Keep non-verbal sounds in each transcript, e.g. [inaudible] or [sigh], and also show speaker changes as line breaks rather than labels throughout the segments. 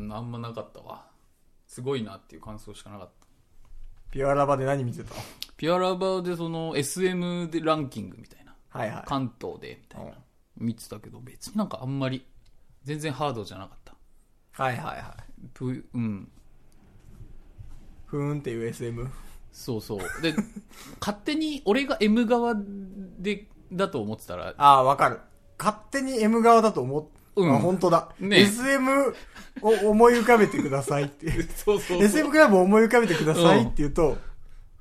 のあんまなかったわすごいなっていう感想しかなかった
ピュアラバで何見てた
ピュアラバーでその SM でランキングみたいな
はいはい。
関東でみたいな見てたけど別になんかあんまり全然ハードじゃなかった
はいはいはい。
ぷうん
ふーんっていう SM。
そうそう [laughs] で勝手に俺が M 側でだと思ってたら
ああ、わかる。勝手に M 側だと思っ、
うん
あ本当だ。
ね
SM を思い浮かべてくださいっていう。
そうそう
SM クラブを思い浮かべてくださいって言うと、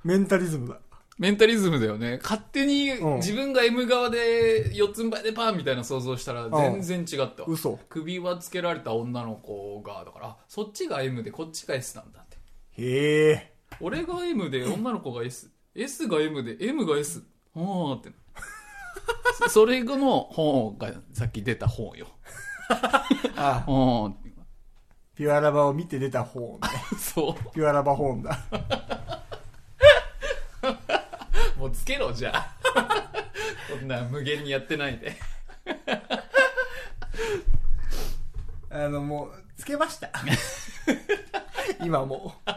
メンタリズムだ。
メンタリズムだよね勝手に
うん
自分が M 側で四つん這いでパンみたいな想像したら全然違ったわ
嘘。
首輪つけられた女の子がだからあそっちが M でこっちが S なんだって
へえ。
俺が M で女の子が SS が M で M が S ほーってそそれの本がさっき出た本よ
ああ、
ほーって
ピュアラバを見て出た本ね。
そ
ピュアラバ本だ。
うもうつけろじゃあこんな無限にやってないで
あの、もう、つけました。 [laughs] 今も [laughs] う。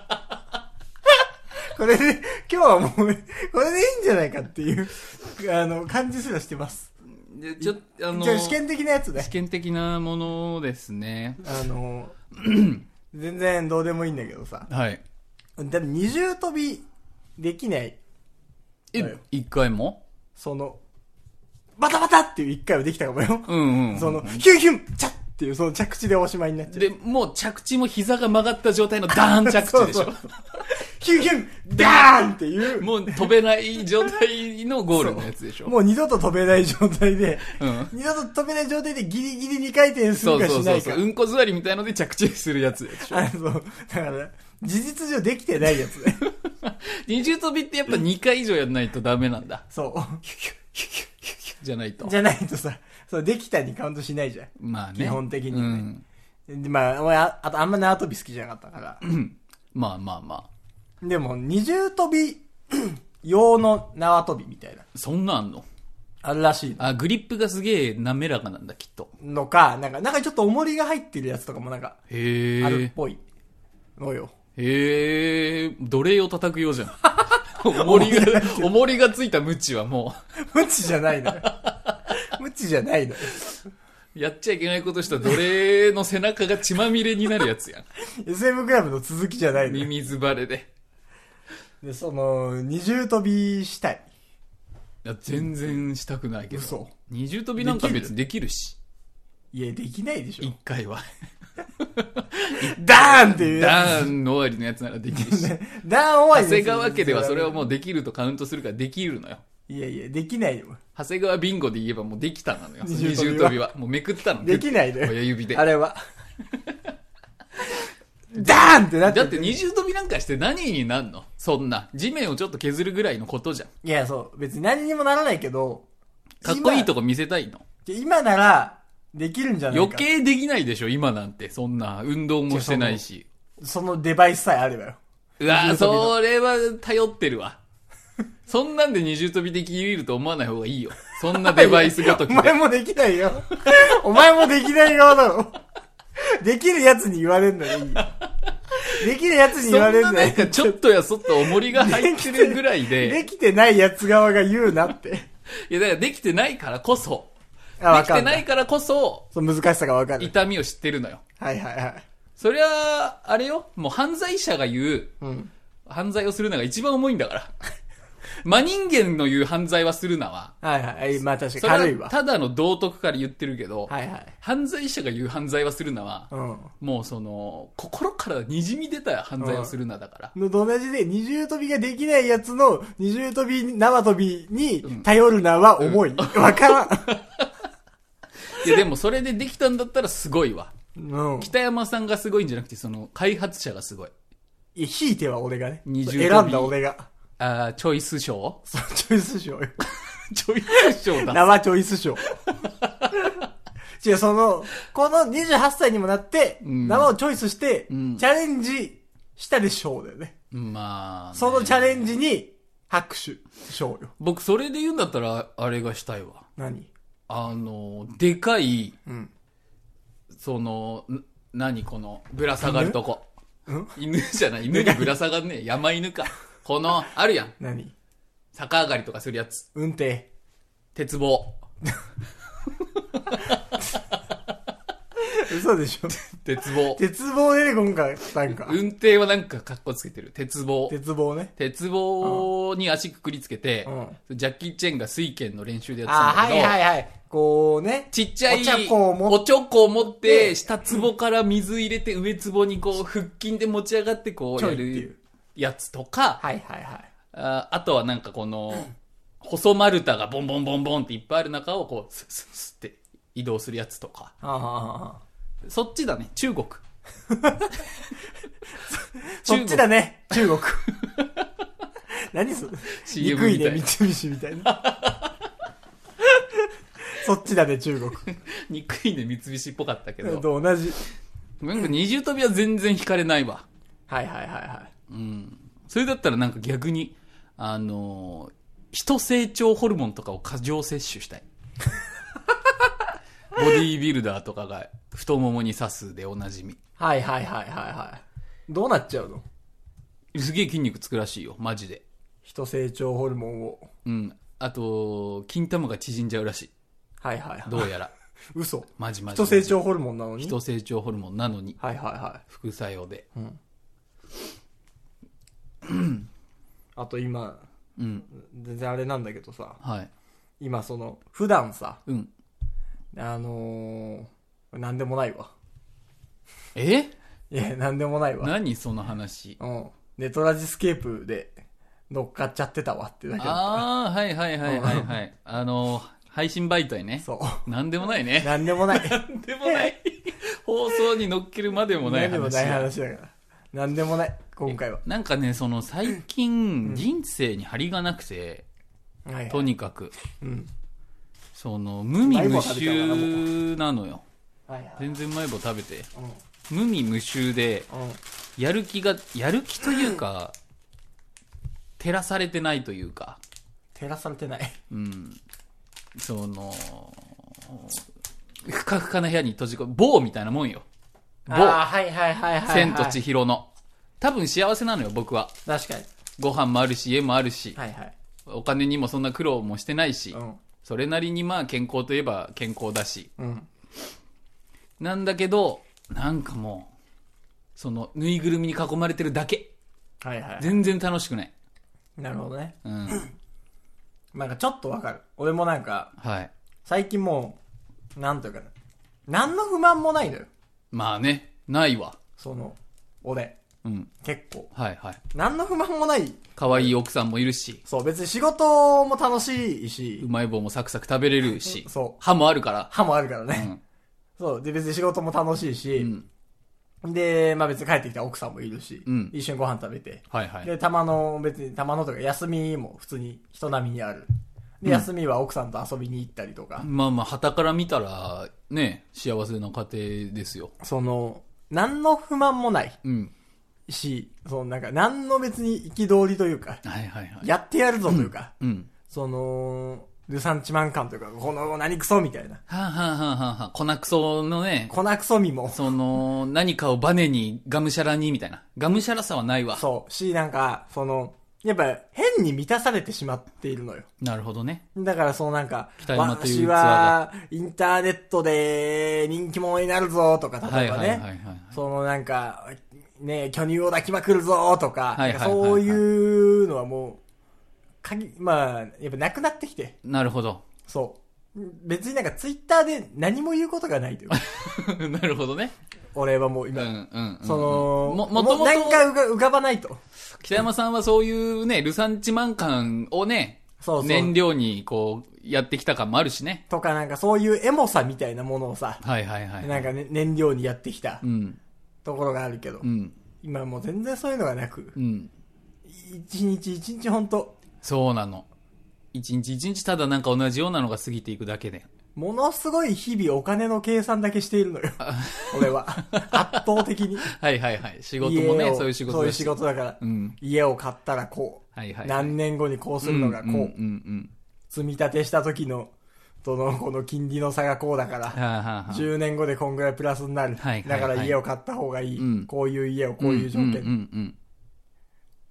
これで、今日はもう、これでいいんじゃないかっていう、あの、感じすらしてます。
でちょっとあの
じゃあ試験的なやつね
試。験的なものですね
あ
[clears throat]
の、全然どうでもいいんだけどさ。
はい
だって二重跳びできない、は
え
い
一回も
その、バタバタっていう一回はできたかもよ。
うんうんうん
その、ヒュンヒュンチャッっていう、その着地でおしまいになっちゃう。
でもう着地も膝が曲がった状態のダーン着地でし
そう [laughs]
ょ
そうヒュンヒュンダーンっていう。
もう飛べない状態のゴールのやつでしょ
もう二度と飛べない状態で、
うん
二度と飛べない状態でギリギリ2回転す
そ
る
う
か
そ
し
う
な
そう
いか
そう。う。んこ座りみたいので着地するやつでしょ。
あの、だから、事実上できてないやつね。
二重跳びってやっぱ2回以上やんないとダメなんだ。
[laughs] そう。
じゃないと
[laughs] じ。ゃないとさ、そう、できたにカウントしないじゃ
まあね。
基本的にね
うん
ん。でまあ、俺、ああとあんま縄跳び好きじゃなかったから。
まあまあまあ。
でも、二重跳び [clears throat] 用の縄跳びみたいな。
そんなんあんの
あるらしい
あ、グリップがすげえ滑らかなんだ、きっと。
のか、なんか、なんかちょっと重りが入ってるやつとかもなんか、
へ
ある
え
っ。ぽいのよ。 [laughs]
へえ。奴隷を叩くようじゃん。重りが、重りがついたムチはも
無知じゃないのよ。無知じゃないのよ。
う、やっちゃいけないことした奴隷の背中が血まみれになるやつや
SM クラブの続きじゃ [laughs] ない
ん。
のよ。
耳ズバレで。
で、その、二重跳びしたい。
いや、全然したくないけど。
嘘
二重跳びなんか別にできるし。
いや、できないでしょ
一。回は。
ダーンっていうや
ダーンの終わりのやつならでき
[laughs]
るし。
つ。ダーン終わり
長谷川家ではそれは
う。
もうできるとカウントするからできるのよ。
いやいや、できないよ。
長谷川ビンゴで言えばもうできたなのよ。
二重跳
二
び
重
は
跳びは。もうめくったの。
できな
[laughs]
いのよ
親指で。
あ
だ
れは。ダーンってなって
って二重跳びなんかして何になんのそんな。地面をちょっと削るぐらいのことじゃん。
いや、そう。別に何にもならないけど。
かっこいいとこ見せたいの。
今。今なら、できるんじゃないか。
余計できないでしょ、今なんて。そんな。運動もしてないし。
そのデバイスさえあればよ。
うわー
二重跳びの
それは頼ってるわ。 [laughs] そんなんで二重跳びできると思わない方がいいよ。そんなデバイスごと
お
きで
前。もでき [laughs] ないよ。 [laughs] お前もできない側だろ。 [laughs] できるやつに言われんのいいよ。できるやつに
そん
言われん
な
の
なんかちょっとやそっと重りが入ってるぐらい
[laughs] で
で、
きてないやつ側が言うな
[laughs]
って。
いやだからできてないからこそ、
あ、わ
でき
か
て
る
ないからこそ、
その難しさがわかる。
痛みを知ってるのよ。
はいはいはい。
そりゃ、あれよ、もう犯罪者が言う、
うん。
犯罪をするのが一番重いんだ
[laughs]
から。真人間の言う犯罪はするなは、
はいはい。まあ確
そ
かに軽い
れ
わ
は。ただの道徳から言ってるけど、
はいはい。
犯罪者が言う犯罪はするなは、
うん。
もうその、心からにじみ出た犯罪をするなだから。
のと同じで、二重跳びができないやつの二重跳び、縄跳びに頼るなは重い。わからん。
いやでもそれでできたんだったらすごいわ。
うん。
北山さんがすごいんじゃなくて、その、開発者がすごい。
いや、ひいては俺がね。
二重跳び
選んだ俺が。
あーチョイス賞 [laughs]
そう、チョイス賞よ。
チョイス賞だ。
縄チョイス賞。
[laughs]
違う、その、この28歳にもなって、
ん
縄をチョイスして、
ん
チャレンジしたで賞だよね。
まあ、
そのチャレ
ジ。
ンジに拍手賞よ。
僕、それで言うんだったら、あれがしたいわ。
何
あの、でかい、
うん。
その、ん何この、ぶら下がるとこ。
ん
犬じゃない、犬にぶら下がんねえ。山犬か。この、あるやん。
何
逆上がりとかするやつ。
運
[laughs]
転。
鉄棒。
嘘でしょ。
鉄棒。
[laughs] 鉄棒でね、今回、なんか。
[laughs] 運転はなんか格好つけてる。鉄棒。
鉄棒ね。
鉄棒に足くくりつけて、ジャッキー・チェンが水拳の練習でやってたんだけど、
いはい。こうね。
ちっちゃい
おちょこを持って
おちょこを持って、下壺から水入れて、上壺にこう、腹筋で持ち上がってこう、
ちょ
や
いっていう
るやつとか、
はいはいはい。
ああとはなんかこ
[laughs]
の、細丸太がボンボンボンボンっていっぱいある中をこう、スッスッスッって移動するやつとか。
ああ。
そっちだね、中
[laughs]
国。
そっちだね。中
[laughs]
国。何それ。
CM
憎い
みた
ね、
いな。
三菱みたい
[laughs]
な。そっちだね、中国。
[laughs] 憎いね、三菱っぽかったけど。
と同じ。
なんか二重跳びは全然惹かれないわ。
はいはいはいはい。
うん。それだったらなんか逆に、あのー人成長ホルモンとかを過剰摂取
[laughs]
したい。ボディービルダーとかが太ももに刺すでおなじみ。
はいはいはいはいはい。どうなっちゃうの
すげえ筋肉つくらしいよ、マジで。
人成長ホルモンを。
うん。あと、金玉が縮んじゃうらしい。
はいはいはい。
どうや
[laughs]
ら。
嘘。
マジマジ。
人成。長ホルモンなのに。
人成長ホルモンなのに、
はいはいは
副作用で。
い。うん。あと今、
うん。
全然あれなんだけどさ、
はい。
今その、普段さ、
うん。
あのー、なんでもないわ。
え
いや、なんでもないわ。
何その話。
うん。ネトラジスケープで乗っかっちゃってたわってだけだっ
ああ、はいはいはいはいはい。あのー、配信媒体
た。
ね。
そう。
なんでもないね。
なんでもない。
なんでもない。放送に乗っけるまでもない
んでも
話
ない話だから。なんでもない、今回は。
なんかね、その最近、人生に張りがなくて、
はい。
とにかく、
うん。
その、無味無臭なのよ。
はいはい。
全然うまい棒食べて。
うん。
無味無臭で、やる気が、やる気という [laughs] か、照らされてないというか、
照らされてない。
うん。その、ふかふかな部屋に閉じ込め、棒みたいなもんよ。
あ
棒。
あ、はいはいはいはい、はい。
千と千尋の。多分幸せなのよ、僕は。
確かに。
ご飯もあるし、家もあるし、
はいはい。
お金にもそんな苦労もしてないし、
うん。
それなりにまあ健康といえば健康だし。
うん。
なんだけど、なんかもう、その、ぬいぐるみに囲まれてるだけ。
はいはい。
全然楽しくない。
なるほどね。
うん。
なんかちょっとわかる。俺もなんか、
はい。
最近もう、なんというかな。何の不満もないのよ。
まあね、ないわ。
その、俺。
うん。
結構。
はいはい。
何の不満もない。
可愛い奥さんもいるし、
そう、別に仕事も楽しいうし、
まい棒もサクサク食べれるし、
そう
歯もあるから。
歯もあるから
う
ね。
ん。
そう、で別に仕事も楽しいし、
ん
で、まあ別に帰ってきた奥さんもいるし
うん、
一緒にご飯食べて。
はいはい。
で、たまの、別にたまのとか、休みも普通に人並みにある。で、休みは奥さんと遊びに行ったりとか、
まあまあ、旗から見たら、ね、幸せな家庭ですよ。
その、何の不満もない
うん。
し、そのなんか、何の別に憤りというか、
はいはいはい。
やってやるぞというか、
うん。
その、ルサンチマン感というか、この何クソみたいな、
はあ、はあはあはあはあ、粉くそのね、
粉クソみも、
その、何かをバネに、がむしゃらに、みたいな。がむしゃらさはないわ。
そう、し、なんか、その、やっぱ変に満たされてしまっているのよ。
なるほどね。
だからそのなんか、
期待に待っている
私
器が
はインターネットで人気者になるぞとか、
は
例え
い
ば
はいはいは
ね、
い。
そのなんか、ね、巨乳を抱きまくるぞとか、
はいはいはいはい
そういうのはもう、かぎ、まあ、やっぱなくなってきて、
なるほど。
そう。別になんかツイッターで何も言うことがな
[laughs]
いというか
[laughs] なるほどね。
俺はもう
うん
今、
うんうん。
その、
も、もともと、
なんか浮か浮かばないと。
北山さんはそういうね、ルサンチマン感をね、
そうそう
燃料にこう、やってきた感もあるしね。
とかなんかそういうエモさみたいなものをさ、
はいはいはい。
なんか、ね、燃料にやってきた
うん、
ところがあるけど、
うん、
今もう全然そういうのがなく、
うん。
一日一日本当
そうなの。一日一日ただなんか同じようなのが過ぎていくだけで。
ものすごい日々お金の計算だけしているのよ。俺
[laughs]
は。圧倒的に。
はいはいはい。仕事もね
家、を
そういう仕事
そうい
だ
う
し
仕事だから。
うん。
家を買ったらこう。
はいはい。
何年後にこうす
う
る
ん
のがこう。
うんうんうん。
積み立てした時のとのこの金利の差がこうだから、
はあはあはあ
10年後でこんぐらいプラスになる。
はいはい
だから家を買った方がいい。
うん
こういう家をこういう条件、
んうんうんうん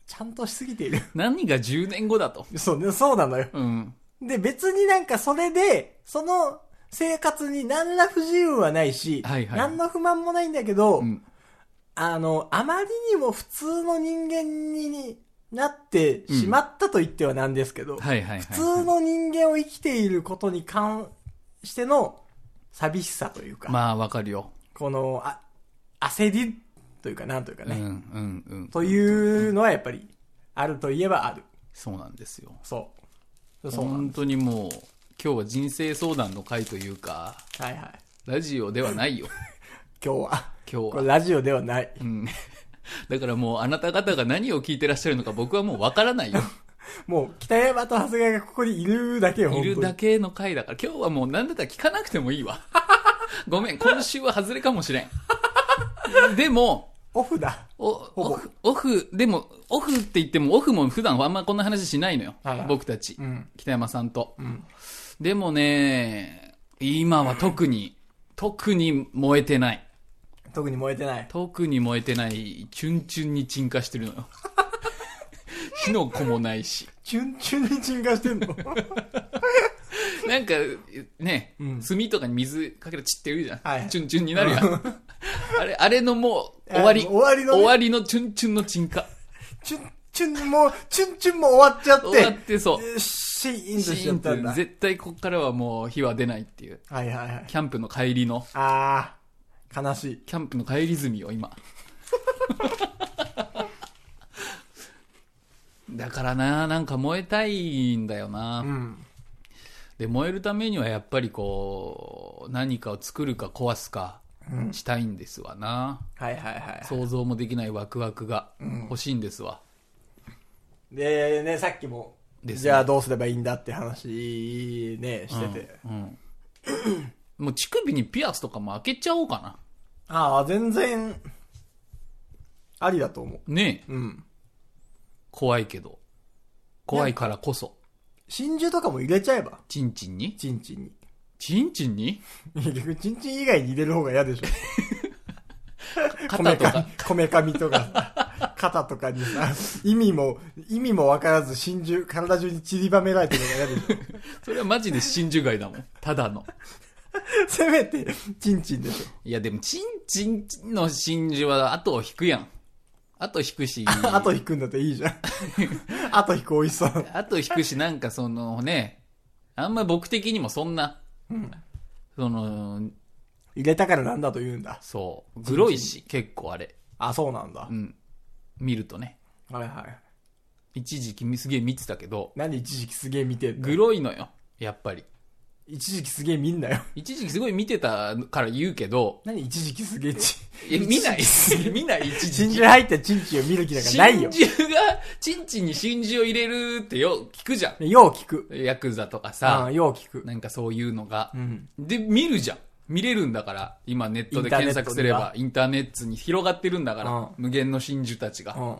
ちゃんとしすぎている。 [laughs]
何が10年後だと。
そうね、そうなのよ。
うん。
で、別になんかそれで、その生活に何ら不自由はないし、
はいはい
何の不満もないんだけど、
うん
あの、あまりにも普通の人間になってしまったと言ってはなんですけど、
はいはいはい。
普通の人間を生きていることに関しての寂しさというか、
まあわかるよ。
このあ、焦りというかなんというか
うん
ね、
うんうん。
というのはやっぱり、あるといえばある。
そうなんですよ。
そう。そうなん
本
で
当にもう、今日は人生相談の回というか、
す。はいはい。
ラジオではないよ。
今日は。
今
これ
日は。
ラジオではない。
うん。 [laughs] だからもうあなた方が何を聞いてらっしゃるのか僕はもうわから
[laughs]
ないよ。
もう、北山と長谷川がここにいるだけよ、
いるだ
け。
けの回だから、今日はもう何だったら聞かなくてもいいわ。 [laughs] ごめん、今週は外れかもしれん。 [laughs] でも、
オフだ。
おオフ、オフ、でも、オフって言っても、オフも普段はあんまこんな話しないのよ。
はいはい
僕たち、
うん。
北山さんと、
ん
でもね、今は特に、特に燃えてない。
特に燃えてない。
特に燃えてない、チュンチュンに沈下してる
[laughs]
のよ。火の粉もないし。
チュンチュンに沈下してん
[laughs]
の
なんか、ね、
うん
炭とかに水かけてチッて言うじゃん。
はい
チュンチュンになるやん。あれ、あれのもう、終わり。
あもう終わりのね
終わりのチュンチュンの沈下。
チュンチュン、もう、チュンチュンも終わっちゃって。
終わって、そう。
シーンとしちゃったんだ。
絶対こっからはもう火は出ないっていう。
はいはいはい。
キャンプの帰りの、
あー、悲しい。
キャンプの帰り済みを
[laughs]
今。だからな、なんか燃えたいんだよな。
うん。
で、燃えるためにはやっぱりこう、何かを作るか壊すかしたいんですわな。
はいはいはい。
想像もできないワクワクが欲しいんですわ。
で、ね、さっきも、
ですね
じゃあどうすればいいんだって話、ね、してて。
うん。もう乳首にピアスとかも開けちゃおうかな。
ああ、全然、ありだと思
ねえ。
う。うん。
怖いけど。怖いからこそ。
真珠とかも入れちゃえば。
チンチンに
チンチンに。
チンチンに
結局、 [laughs] チンチン以外に入れる方が嫌でしょ。
[laughs]
こ
肩
め
と
か
か。
み、こめかみとか、肩とかにさ、意味も、意味もわからず真珠、体中に散りばめられてるのが嫌でし
[laughs] それはマジで真珠街だもん。ただの。
ょ。せめて、チンチンでしょ。
いやでも、チンチンの真珠は後を引くやん。後引くし。
[laughs] あと引くんだっていいじゃん。あと引く美味しそう。
あと引くし、なんかそのね、あんま僕的にもそんな、その、
入れたからなんだと言うんだ。
そう、グロいし、結構あれ、
あ、そうなんだ
う。ん、見るとね、
はいはい。
一時期すげえ見てたけど、
何一時期すげえ見てんの
グロいのよ、やっぱり。
一時期すげえ見んなよ。
一時期すごい見てたから言うけど、
何一時期すげえチン、
いや見ない、
[laughs]
見ない、一
真
時期。
珠入ったチンチンを見る気なんかないよ。
真珠が、チンチンに真珠を入れるってよ、聞くじゃん。
よう聞く。
ヤクザとか
あ
さ
あ、、よう聞く。
なんかそういうのが
う。ん。
で、見るじゃん。見れるんだから、今ネットで
インターネッ
検
トで
索すれば、インターネットに広がってるんだから、
うん
無限の真珠たちが。
うん。はい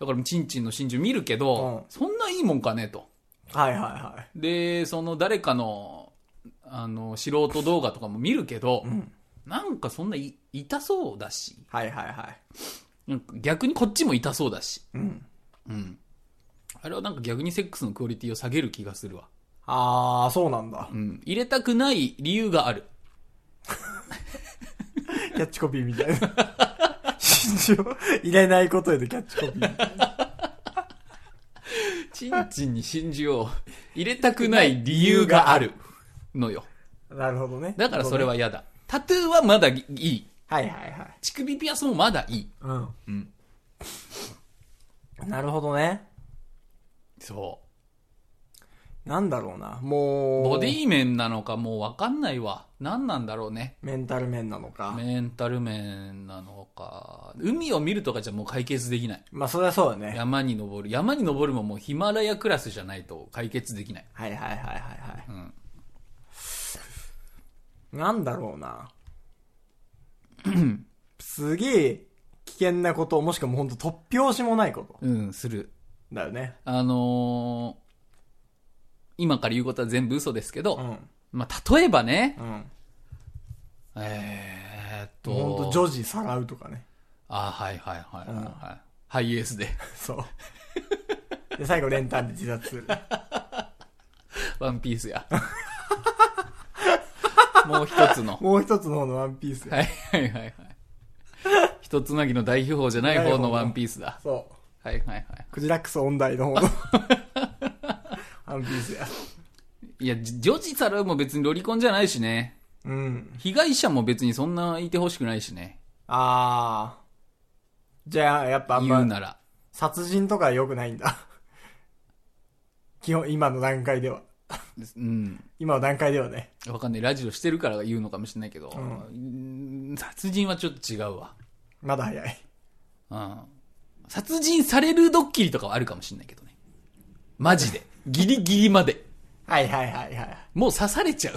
だから、チンチンの真珠見るけど、
うん
そんないいもんかね、と。
はいはい。
で、その誰かの、あの、素人動画とかも見るけど、
ん
なんかそんない痛そうだし、
はいはいはい。
なんか逆にこっちも痛そうだし、
うん。
うん。あれはなんか逆にセックスのクオリティを下げる気がするわ。
ああ、そうなんだ
う。ん。入れたくない理由がある。
キャッチコピーみたいな。 [laughs] 真珠を入れないことへのキャッチコピー。
チンチンに真珠を入れたくない理由があるのよ。
なるほどね。
だからそれは嫌だ。タトゥーはまだいい。
はいはいはい。
乳首ピアスもまだいい。
うん。
うん。
なるほどね。
そ
なんだろうな。
う。
もう、
ボディ面なのかもうわかんないわ。何なんだろうね。
メンタル面なのか。
メンタル面なのか。海を見るとかじゃもう解決できない。
まあ、それはそうだね。
山に登る。山に登るももうヒマラヤクラスじゃないと解決できない。
はいはいはいはいはい。
うん。
なんだろう
[clears throat]
な。すげえ危険なこと、もしくはもうほんと突拍子もないこと
うん、する。
だよね。
あのー今から言うことは全部嘘ですけど、
うん。
まあ、例えばね、
うん。
えーっと、
ほんと、女児さらうとかね。 [laughs]
あ、はいはいはいはい、はい
うん
ハイエースで、 [laughs]
そう。で、最後、練炭で自殺す
[laughs]
る。
ワンピース [laughs] や。もう一つの。
もう一つの方のワンピースや。
はいはいはいはい。一つなぎの代表法じゃない方のワンピースだ。
そう。
はいはいはい。
クジラックス音大の
[laughs]
方のワンピースや。
いや、じ女児さらうも別にロリコンじゃないしね。
うん。
被害者も別にそんないてほしくないしね。
あー。じゃあ、やっぱあん
言う
ま、
なら。
殺人とか良くないんだ。 [laughs] 基本、今の段階では。
うん。
今の段階ではね。
わかんない。ラジオしてるから言うのかもしれないけど、
う
うん殺人はちょっと違うわ。
まだ早い。
うん。殺人されるドッキリとかはあるかもしれないけどね。マジで。ギリギリまで。
はいはいはいはい。
もう刺されち
[laughs]
ゃう。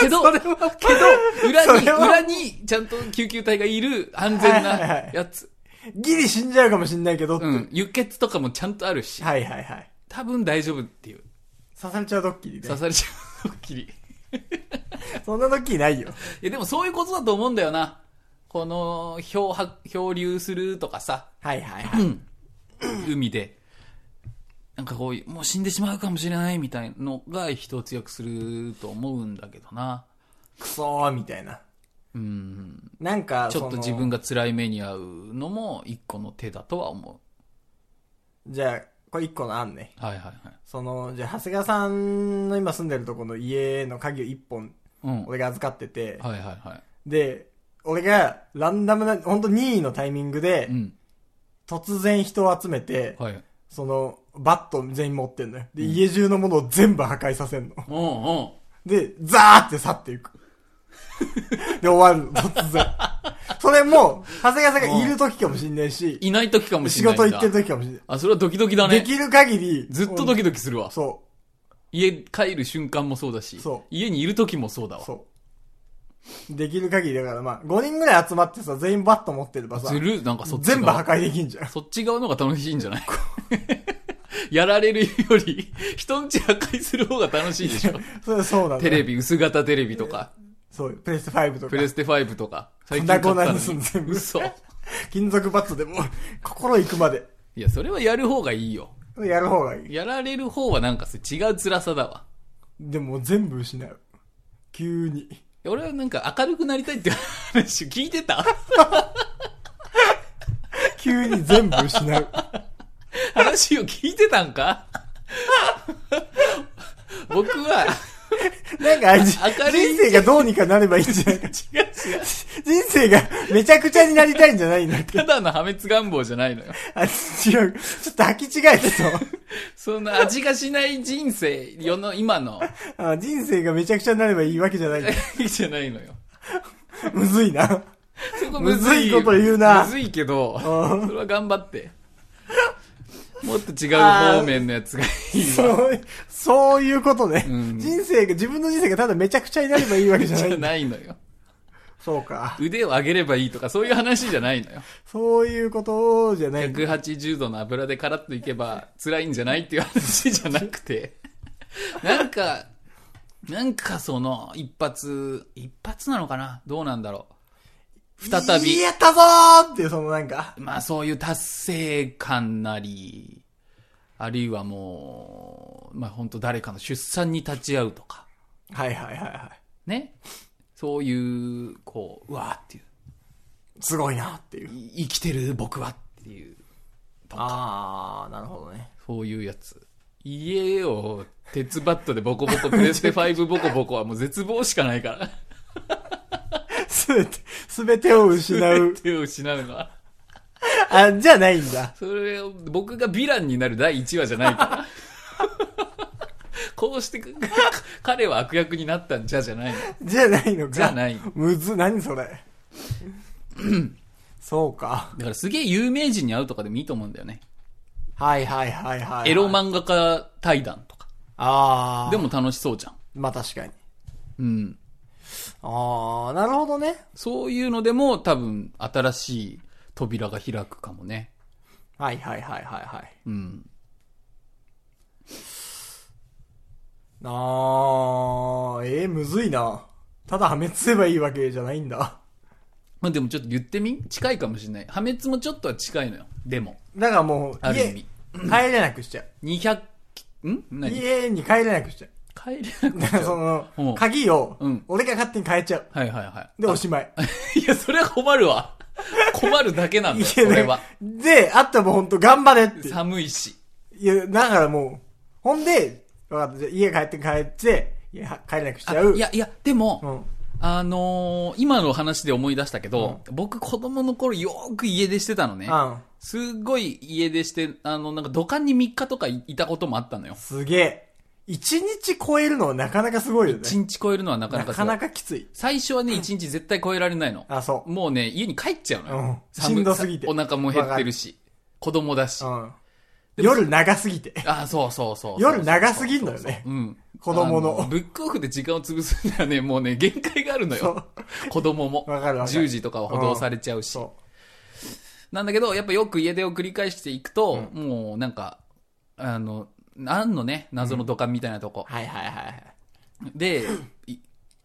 けど、
それは、
けど、裏
そ
に、
れは
裏に、ちゃんと救急隊がいる安全な
はいはいはい
やつ。
ギリ死んじゃうかもしんないけどって。
うん。輸血とかもちゃんとあるし、
はいはいはい。
多分大丈夫っていう。
刺されちゃうドッキリで
刺。されちゃうドッキリ。い
そんなドッキリないよ。
や、でもそういうことだと思うんだよな。この、漂白、漂流するとかさ、
はいはいはい。
海で。なんかこういう、もう死んでしまうかもしれないみたいのが人を強くすると思うんだけどな。
クソーみたいな。
うん。
なんか、
ちょっ
そ
と
の
自分が辛い目に遭うのも一個の手だとは思
じゃあ、これ一個の案ね。
う。はいはいはい。
その、じゃあ、長谷川さんの今住んでるとこの家の鍵を一本、
うん。はい
俺が預かってて、
はいは
で、俺がランダムな、本当任意のタイミングで
い。う、ん。
突然人を集めて、
はい。うん
その、バット全員持ってんのよ。で、家中のものを全部破壊させんの。
うん。
で、ザーって去っていく。で、終わるの、突
[laughs]
然。それも、長谷川さんがいる時かもしんないし、
いない時かもし
仕
れないんだ。
事行ってる時かもしんない。
あ、それはドキドキだ
で
ね。
きる限り、
ずっとドキドキするわ。
そ
家帰る瞬間もそうだし
そう、
家にいる時もそうだ
う、
わ。
そう。できる限りだから、まあ、5人ぐらい集まってさ、全員バット持ってればさ
ず、る、なんかそっち側
全部破壊できんじゃん。
そっち側の方が楽しいんじゃない [laughs] やられるより、人んち破壊する方が楽しいでしょ。
[laughs] それそうなんだ。
テレビ、薄型テレビとか、
そう、プレステ5とか
プ、レステ5とか、
粉々にす
最
ん
近買
全
ったの
部
に嘘。
金属バットでも、心行くまで、
いや、それはやる方がいいよ。
やる方がいい。
やられる方はなんかそれ違う辛さだわ。
でも全部失う。急に。
俺はなんか明るくなりたいって話聞いて
[laughs]
た
急に全部失
[laughs]
う。
話を聞いてたんか僕は、
なんか、じ
明るい
人生がどうにかなればいいんじゃない [laughs] か。
違う違う。
人生がめちゃくちゃになりたいんじゃないんだっけ
ただの破滅願望じゃないのよ。
あ、違う。ちょっと履き違えてたわ
そんな味がしない人生、世の、今の、
あ人生がめちゃくちゃになればいいわけじゃないんだ。
[laughs] じゃないのよ。
む
[laughs]
ずいな。
そこ
むずいこと言うな
むずいけど、
う
それは頑張って。もっと違う方面のやつがいいわ。
そう、そういうことね。
うん
人生が、自分の人生がただめちゃくちゃになればいいわけじゃ
じ
な
ゃ
い。
ないのよ。
そうか。
腕を上げればいいとか、そういう話じゃないのよ。
そういうことじゃない。
180度の油でカラッといけば辛いんじゃないっていう話じゃなくて、なんか、なんかその、一発、一発なのかなどうなんだろ再び
やったぞーっていう、そのなんか。
う。まあそういう達成感なり、あるいはもう、まあ本当誰かの出産に立ち会うとか、
はいはいはいはい。
ね。そういう、こう、うわーっていう、
すごいなっていう。
い生きてる僕はっていう、
あー、なるほどね。
そういうやつ。家を鉄バットでボコボコ、プレステ5ボコボコはもう絶望しかないから。
すべて、すべてを失う。
手を失うのは。
あ、じゃないんだ。
それを、僕がヴィランになる第1話じゃない
[laughs]
から。こうしてく、彼は悪役になったんじゃじゃないの。
じゃないのか。
じゃない
むず、何それ。
[clears throat]
そうか。
だからすげえ有名人に会うとかでもいいと思うんだよね。
はいはいはいはい、はい。
エロ漫画家対談とか。
あー。
で
で
も
も、
楽しそうじゃん。
まあ確かに。
うん。
あー、なるほどね。
そういうのでも多分新しい扉が開くかもね。
はいはいはいはいはい。
うん。
なあ、えー、むずいな。ただ破滅すればいいわけじゃないんだ。
まあでもちょっと言ってみ近いかもしれない。破滅もちょっとは近いのよ。でも、
だからもう、
ある意
家
味、。
帰れなくしちゃ
200、ん
う。
何帰
家に帰れなくしちゃ
[laughs]
う。
れなく
だ [laughs]
なっ
か
ち
ら
ゃう。
そ
うん
の、鍵を
うん、
俺が勝手に変えちゃう。
はいはいは
で、おしまい。
[laughs] い。いや、それは困るわ。困るだけなんだよ、俺は。
で、あったもうほんと頑張れって。
寒いし。
いや、だからもう、ほんで、わかった、じゃあ家帰って帰って、いや、帰れなくしち
あ
ゃう。
い、やいや、でも、
うん。
あのー今の話で思い出したけど、僕子供の頃よーく家出してたのね。
あ
すごい家出して、あの、なんか土管に3日とかいいたこともあったのよ。
すげえ。一日超えるのはなかなかすごいよね。
1日超えるのはなか
な
なか
か
辛い
なかきつい。
最初はね、1日絶対超えられないの。
あ、そ
もうね、家に帰っちゃうのよ。
うん
寒
しんどすぎて
お腹も減ってるし、子供だし。
う。うん。
でも
夜長すぎて。
あ、そうそうそう。
夜長すぎんのよね。
うん。
子供の
あブックオフで時間を潰すにはね、もうね、限界があるのよ。子供も。
わかるわかる
10時とかは補導されちゃうし。
そ
なんだけど、やっぱよく家出を繰り返していくと、もうなんか、あの、あんのね、謎の土管みたいなとこ
う。。はいはいはい
で、い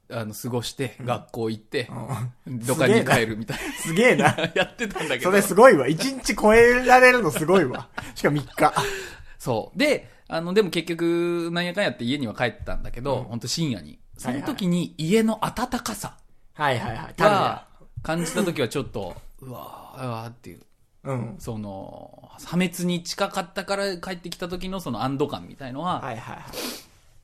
あの、過ごして、学校行って、
はい。
土管に帰るみたい
すげえな。
な。やってたんだけど。
それすごいわ。一日超えられるのすごいわ。しかも3日。
そう。で、あの、でも結局、なんやかんやって家には帰ったんだけど、
うん
ほんと深夜に。そ
はいは
の
い
時に家の暖かさ
はいはいはい。た
が
だ、
感じた時はちょっと、うわー、うわーっていう。
うん。
その、破滅に近かったから帰ってきた時のその安堵感みたいのは、
はいはいはい。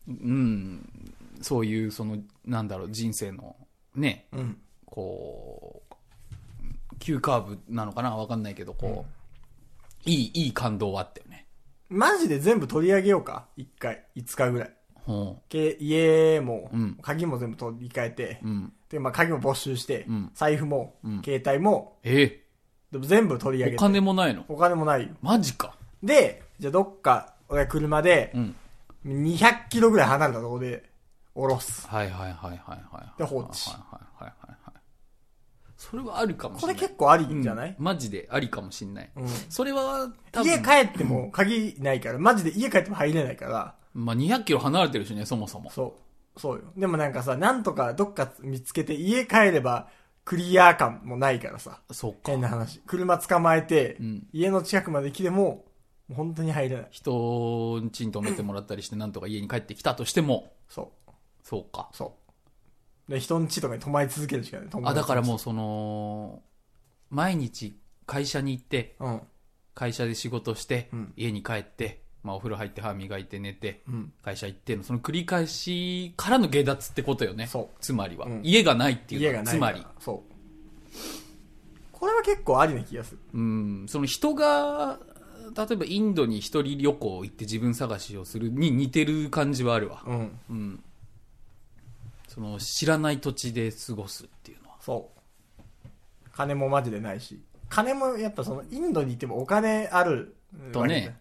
うん、そういう、その、なんだろう、人生の、ね、
うん。
こう、急カーブなのかなわかんないけど、こう、いい、いい感動はあったよね。
マジで全部取り上げようか。1回、5日ぐらい。
うん。
け家も、
うん
鍵も全部取り替えて、
うん。
で、まあ鍵も没収して、
うん
財布も、
うん
携帯も、
え
でも全部取り上
え
げ
お
て。
金もないの
お金もないよ。
マジか。
で、じゃあどっか、俺車で
う、ん。
200キロぐらい離れたとこで、降ろす。
はいはいはいはいはい。
で放置
はいはいはいはいはい。それはあるかもし
こ
れな
れ
い。
結構ありんじゃない、
うんマジでありかもしんない。
うん
それは、多分
家帰っても鍵ないから、マジで家帰っても入れないから、
まあ、200キロ離れてるしね、そもそも。
そう。そうよ。でもなんかさ、なんとかどっか見つけて、家帰ればクリア感もないからさ。
そうか
変。な話。車捕まえて、
うん
家の近くまで来ても、もう本当に入れない。
人んちに泊めてもらったりして、なんとか家に帰ってきたとしても、
そ
そうか。
う。そう。で、人んちとかに泊まり続けるしかない。
あ、だからもう
う。
その、毎日会社に行って、
うん。
会社で仕事して、
うん
家に帰って、まあお風呂入って歯磨いて寝て、
うん。
会社行っての、その繰り返しからの下脱ってことよね。
そう
つまりは、
うん
家がないっていうの
家
は
がない
つ
か
ま
ら。
り。
そう。これは結構ありな気がする。
うん、その人が、例えばインドに一人旅行行って自分探しをするに似てる感じはあるわ。
うん。
うん。その知らない土地で過ごすっていうのは。
そう。金もマジでないし。金もやっぱその、インドに行ってもお金ある。
とね。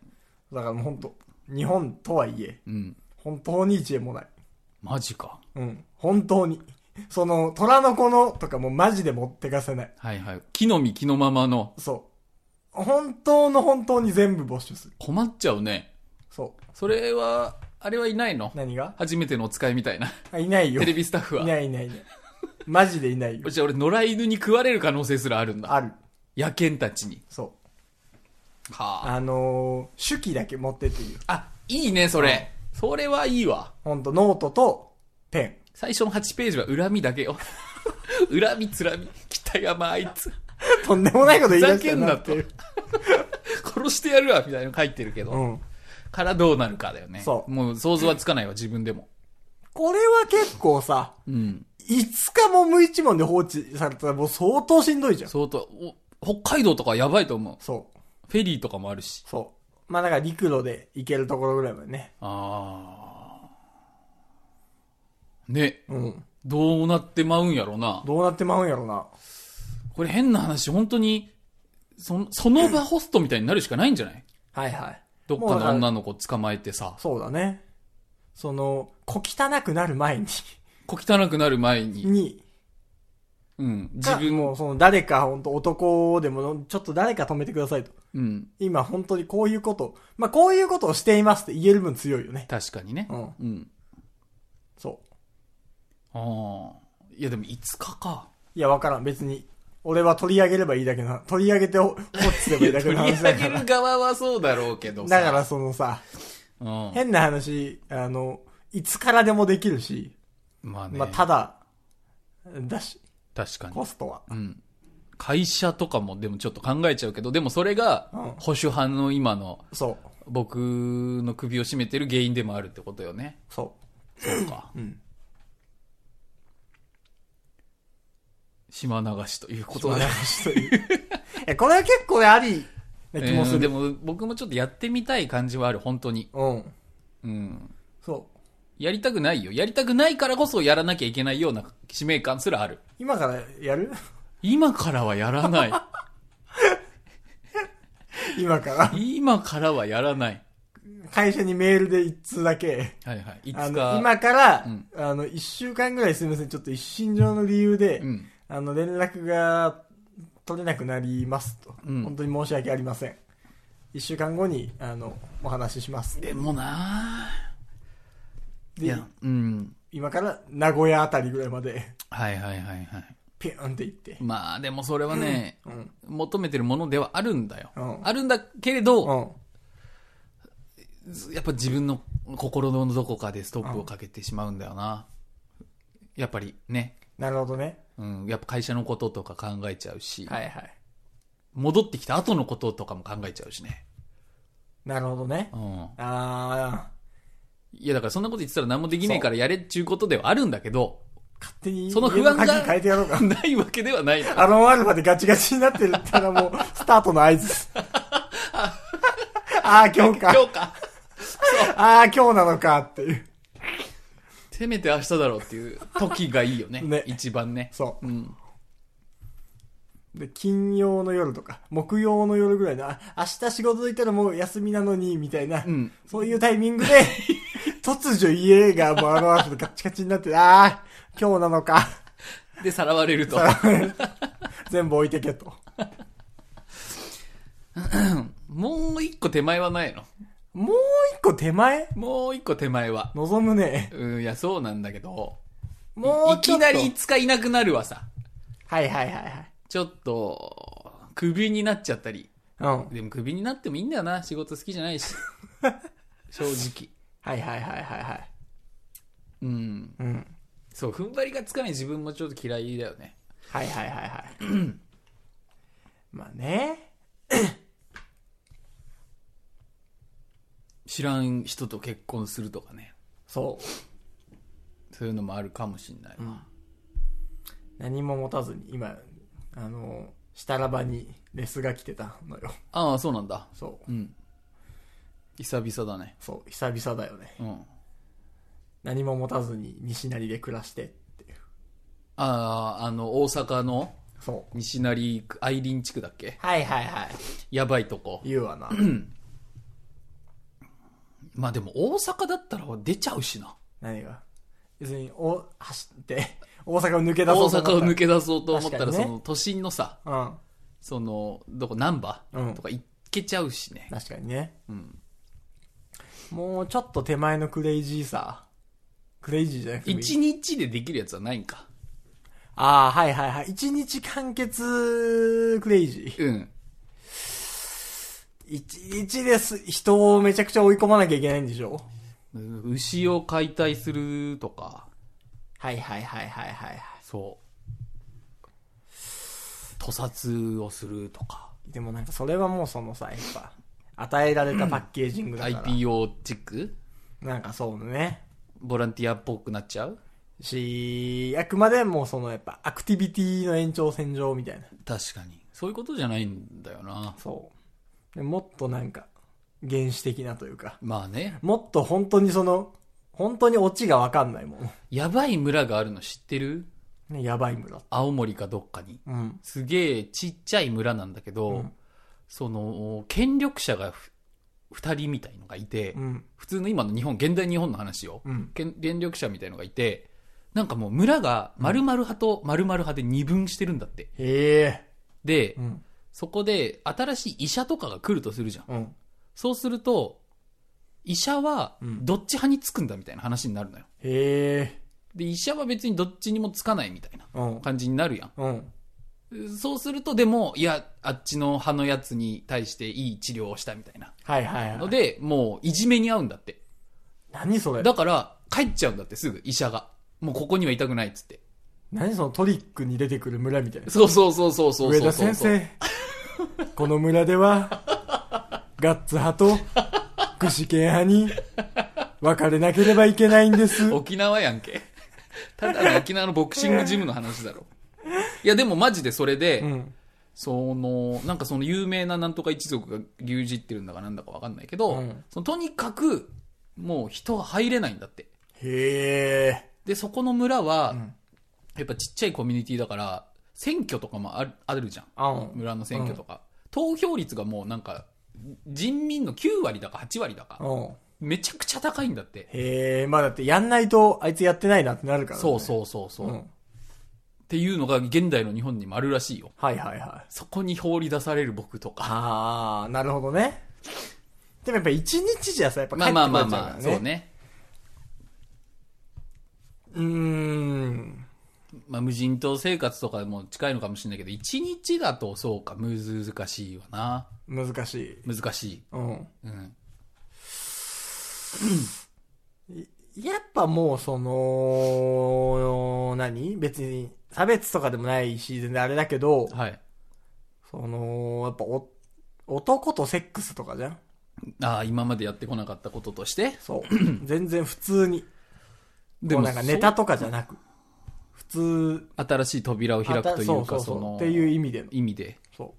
だからもう本当日本とはいえ、
うん。
本当に一円もない。
マジか。
うん。本当に。その、虎の子のとかもマジで持ってかせない。
はいはい。木の実木のままの。
そう。本当の本当に全部没収する。
困っちゃうね。
そう。
それは、あれはいないの
何が
初めてのお使いみたいな。
あいないよ。
テレビスタッフ
い
は。
ないいないいない。マジで
[laughs]
いないよ。
じゃあ俺、野良犬に食われる可能性すらあるんだ。
ある。
野犬たちに。
そう。
はあ。
あのー、手記だけ持ってっていう。
あ、いいね、それ。それはいいわ。
ほんと、ノートとペン。
最初の8ページは恨みだけよ。 [laughs] 恨み、つらみ、北山あいつ。
とんでもないこと言い出し
ふざけ
た
んな
な
と
っていう。
[laughs] 殺してやるわ、みたいなの書いてるけど。
うん。
からどうなるかだよね。
そう
もう想像はつかないわ、自分でも。
これは結構さ、
うん。
5日も無一文で放置されたらもう相当しんどいじゃん。
相当、お北海道とかやばいと思う。
そう。
フェリーとかもあるし。
そう。まあだから陸路で行けるところぐらいまでね。
あー。ね。
うん。
どうなってまうんやろな。
どうなってまうんやろな。
これ変な話、本当に、そのその場ホストみたいになるしかないんじゃない
はいはい。
どっか
もうだ
の
から
女の子捕まえてさ、
そうだね。その、小汚くなる前に、
小汚くなる前に、
に、
うん。
自
自
分
分、
もうその誰か本当男でもちょっと誰か止めてくださいと。
うん。
今本当にこういうこと、まあこういうことをしていますって言える分強いよね。
確かにね。
うん。
うん。
そ
あ
う。
あ。いや、でも5日か。
いやわからん。別に。俺は取り上げればいいだけな。取り上げてお放置すれ [laughs] ばいいだ
[laughs]
け
取
の
り
話
上
だか
げ
ら
る。側はそうだろうけどさ。
だからそのさ、
うん。
変な話、あの、いつからでもできるし、
まあね。
まあただ、だし、
確かに。
コストは。
うん。会社とかもでもちょっと考えちゃうけど、でもそれが
うん
保守派の今の
そう。
僕の首を絞めてる原因でもあるってことよね。
そ
そうか。
う。うん。
島流しということ
そう
で
だ。しという。 [laughs] え、これは結構ねありな気もす
うんで
る。
も僕もちょっとやってみたい感じはある、本当に。
うん。
うん。
そう。
やりたくないよ。やりたくないからこそやらなきゃいけないような使命感すらある。
今からやる [laughs]
今からはやらない。
今から。
今からはやらない。
会社にメールで一通だけ。
はいはい。いつか。
あの、今から、
うん
あの、一週間ぐらいすみません。ちょっと一身上の理由で、
うん。
あの、連絡が取れなくなりますと。
うん
本当に申し訳ありません。一週間後に、あの、お話しします。
でもなぁ。い
で
や、、うん。
今から名古屋あたりぐらいまで、
はいはいはいはい。
ピューンって行って。
まあでもそれはね、
うん。
求めてるものではあるんだよ。
うん
あるんだけれど、
うん。
やっぱ自分の心のどこかでストップをかけてしまうんだよな。やっぱりね、
なるほどね。
うん、やっぱ会社のこととか考えちゃうし、
はいはい。
戻ってきた後のこととかも考えちゃうしね。
なるほどね。
うん。
あ
いやだからそんなこと言ってたら何もできねえからやれっちゅうことではあるんだけど、
ー、勝手に、
その不安が。
家鍵変えてやろうか [laughs]
ないわけではないの。
アロンアルファでガチガチになってるったらもう、スタートの合
[laughs]
図。ああ、今日か。
今日か。
[laughs] ああ、今日なのかっていう。
せめて明日だろうっていう時がいいよね。
ね
一番ね。
そう
う。ん。
で、金曜の夜とか、木曜の夜ぐらいの、あ明日仕事行ったらもう休みなのに、みたいな、
うん
そういうタイミン
[laughs]
グで、突如家がもうあの後でガッチガチになって、ああ、今日なのか、
で、さらわれると。
[laughs] 全部置いてけと。
もう一個手前はないの。
もう一個手前
もう一個手前は。
望むね。
うん、いや、そうなんだけど。
もう
い
ち
き
ょっと
なり5日いなくなるわさ。
はいはいはいはい。
ちょっと、クビになっちゃったり。
うん。はい
でもクビになってもいいんだよな。仕事好きじゃない
[laughs]
し。正直。
はいはいはいはい。
うん。
うん。
そう、踏ん張りがつかない自分もちょっと嫌いだよね。
はいはい
[clears throat]
はいはい。まあね。
知らん人と結婚するとかね。
そう。
そういうのもあるかもしんないわ。
何も持たずに、今、あの、したらばにレスが来てたのよ。
ああ、そうなんだ。
そう。
うん。久々だね。
そう、久々だよね。
うん。
何も持たずに西成で暮らしてっていう。
ああ、あの、大阪の
そう。
西成区、アイリン地区だっけ
はいはいはい。
やばいとこ。
言うわな。
[clears throat] まあでも大阪だったら出ちゃうしな。
何が。別に、お、走って、大阪を抜け出そ
大
うと思った
阪を抜け出そうと思ったら、
確か
そ
にね
の都心のさ、
うん。
その、どこ、難波、
うん
とか行けちゃうしね。
確かにね。
うん。
もうちょっと手前のクレイジーさ。クレイジーじゃなくてもいい。
一日でできるやつはないんか。
ああ、はいはいはい。一日完結クレイジー。
うん。
一日です。人をめちゃくちゃ追い込まなきゃいけないんでしょ
牛を解体するとか、
はいはいはいはいはいは
そう。屠殺をするとか、
い。でもなんかそれはもうそのさ、やっぱ、与えられたパッケージングだから。
IPO チック
なんかそうね。
ボランティアっぽくなっちゃう
し、あくまでもうそのやっぱアクティビティの延長線上みたいな。
確かに。そういうことじゃないんだよな。
そう。でもっとなんか、原始的なというか、
まあね。
もっと本当にその、本当にオチがわかんないも
やばい村があるの知ってる
ん。ね、やばい村。
青森かどっかに。
うん。
すげえちっちゃい村なんだけど、
うん
その、権力者がふ二人みたいのがいて、
うん。
普通の今の日本、現代日本の話を、
うん
権権力者みたいのがいて、なんかもう村が〇〇派と〇〇派で二分してるんだって。
へえ。
で、
うん。
そこで新しい医者とかが来るとするじゃん。
うん。
そうすると、医者は
うん
どっち派につくんだみたいな話になるのよ。
へえ。
で、医者は別にどっちにもつかないみたいな
うん。
感じになるやん。
うん。
そうすると、でも、いや、あっちの派のやつに対していい治療をしたみたいな。
はいはいは
の
い。
で、もう、いじめに遭うんだって。
何それ
だから、帰っちゃうんだって、すぐ、医者が。もうここにはいたくないっつって。
何そのトリックに出てくる村みたいな。
そうそうそうそうそうそう
上
そう
田先生、
[laughs]
この村では、ガッツ派と、具志堅派に、分かれなければいけないんです。
沖縄やんけ。 [laughs] ただの沖縄のボクシングジムの話
[laughs]
だろ。いや、でもマジでそれで、
うん。
その、なんかその有名ななんとか一族が牛耳ってるんだかなんだかわかんないけど、
うん
そのとにかく、もう人が入れないんだって。
へえ。
で、そこの村は、
ん
やっぱちっちゃいコミュニティだから、選挙とかもあるあるじゃん。
あうん。
村の選挙とか。投票率がもうなんか、人民の9割だか8割だか、
うん。
めちゃくちゃ高いんだって。
へえ、まあだってやんないと、あいつやってないなってなるから、ね。
そう
う。
そうそうそう。
ん
っ。ていうのが現代の日本にもあるらしいよ。
はいはいはい。
そこに放り出される僕とか。
ああ、なるほどね。でもやっぱ一日じゃさ、やっぱ帰っ
まあ
てこ
まあ
な
まあ
いから
ま
ね。
あ、そう。ね。
うーん。
まあ無人島生活とかも近いのかもしれないけど、一日だとそうか、難しいわな。
難しい。
難しい。
うん。
うん。
やっぱもうその、何別に差別とかでもないし、全然あれだけど、
はい。
その、やっぱお、男とセックスとかじゃん
ああ、今までやってこなかったこととして。
そう。
[clears throat]
全然普通に。
で
こうなんかネタとかじゃなく。普通、
そう新しい扉を開くとい
そううそ
か、
うそ。
そうの、
っていう意味での。
意味で。
そ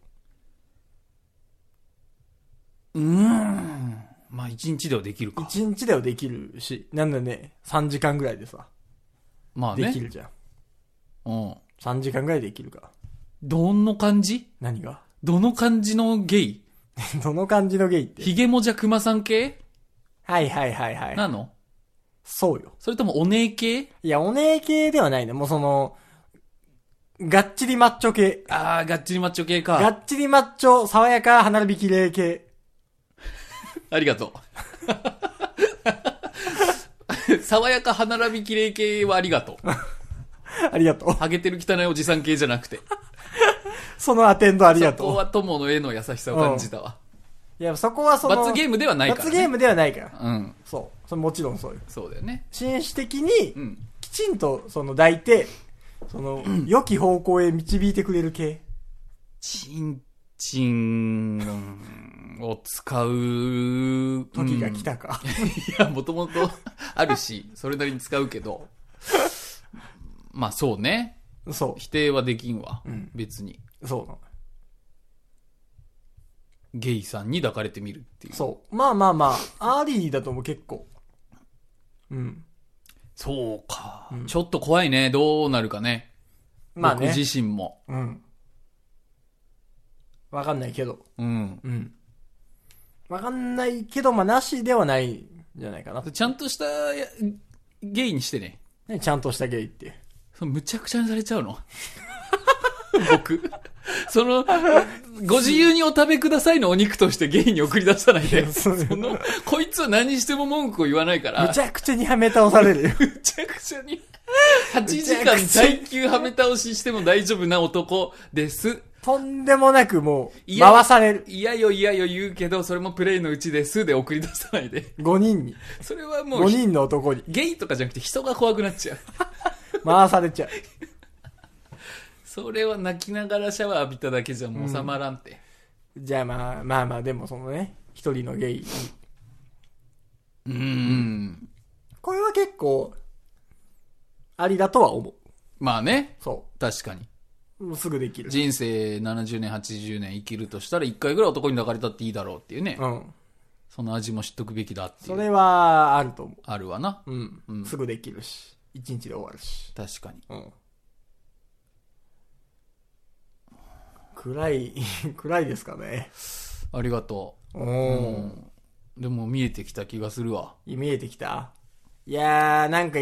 う
ーん。まあ一日ではできる
う。
か。
一日ではできるし、なんだね、3時間ぐらいでさ、
まあ
で
ね。
きるじゃん。
うん。
3時間ぐらいできるから。
どの感じ
何が [laughs]
どの感じのゲイ
どの感じのゲイって。
ヒゲもじゃクマさん系
はいはいはいはい。
なの
そうよ。
それともお姉系
いや、お姉系ではないね。もうその、がっちりマッチョ系。
ああ、がっちりマッチョ系
が
か。
っちりマッチョ、爽やか、花火綺麗系。
ありがとう。 [laughs] 爽やか歯並び綺麗系はありがとう。
ありがとう。
ハゲてる汚いおじさん系じゃなくて。
そのアテンドありが
そこと
う。
は友の絵の優しさを感じたわ。
いや、そこはその、
罰ゲームではないから、ね。
罰ゲームではないから。
うん。
そう。それもちろんそうよ。
そうだよね。
紳士的に
う、ん。
きちんと、その、抱いて、その、良き方向へ導いてくれる系。
チンチンを使う
時が来たか。
いや、もともとあるし、それなりに使うけど。まあそうね。
そ
否定はできんわ。
うん
別に。
う。そうなの。
ゲイさんに抱かれてみるっていう。
そう。まあまあまあ、アーリーだとも結構。うん。
そうか、ちょっと怖いね。どうなるかね。
まあね
僕。自身も。
うん。わかんないけど。
うん。
うん。わかんないけど、まあ、なしではないんじゃないかな。
ちゃんとしたやゲイにしてね。
ねちゃんとしたゲイっていう。
そのむちゃくちゃにされちゃうの僕。その、ご自由にお食べくださいのお肉としてゲイに送り出さないで。
そ
この、こいつは何しても文句を言わないから。
むちゃくちゃにはめ倒され
[laughs]
るよ。
むちゃくちゃに。8時間耐久はめ倒ししても大丈夫な男です。
とんでもなくもう、
いや
回される。
嫌よ嫌よ言うけど、それもプレイのうちですで送り出さないで。
5人に。
それはも
5
う、
人の男に
ゲイとかじゃなくて人が怖くなっちゃう。
回されちゃう。
それは泣きながらシャワー浴びただけじゃもう収まらんって。
じゃあまあ、まあまあ、でもそのね、一人のゲイ。
うん。ん、
これは結構、ありだとは思う。
まあね、
そ
確かに。
う。もうすぐできる。
人生70年、80年生きるとしたら1回ぐらい男に抱かれたっていいだろうっていうね。
うん。
その味も知っとくべきだってい。
そうれは、あると思
あるわな。
う。うん。
うん
すぐできるし。一日で終わるし。
確かに。
うん。暗い、 [laughs] 暗いですかね。
ありがとう。
う。
うんんでも見えてきた気がするわ。
見えてきたいやー、なんか、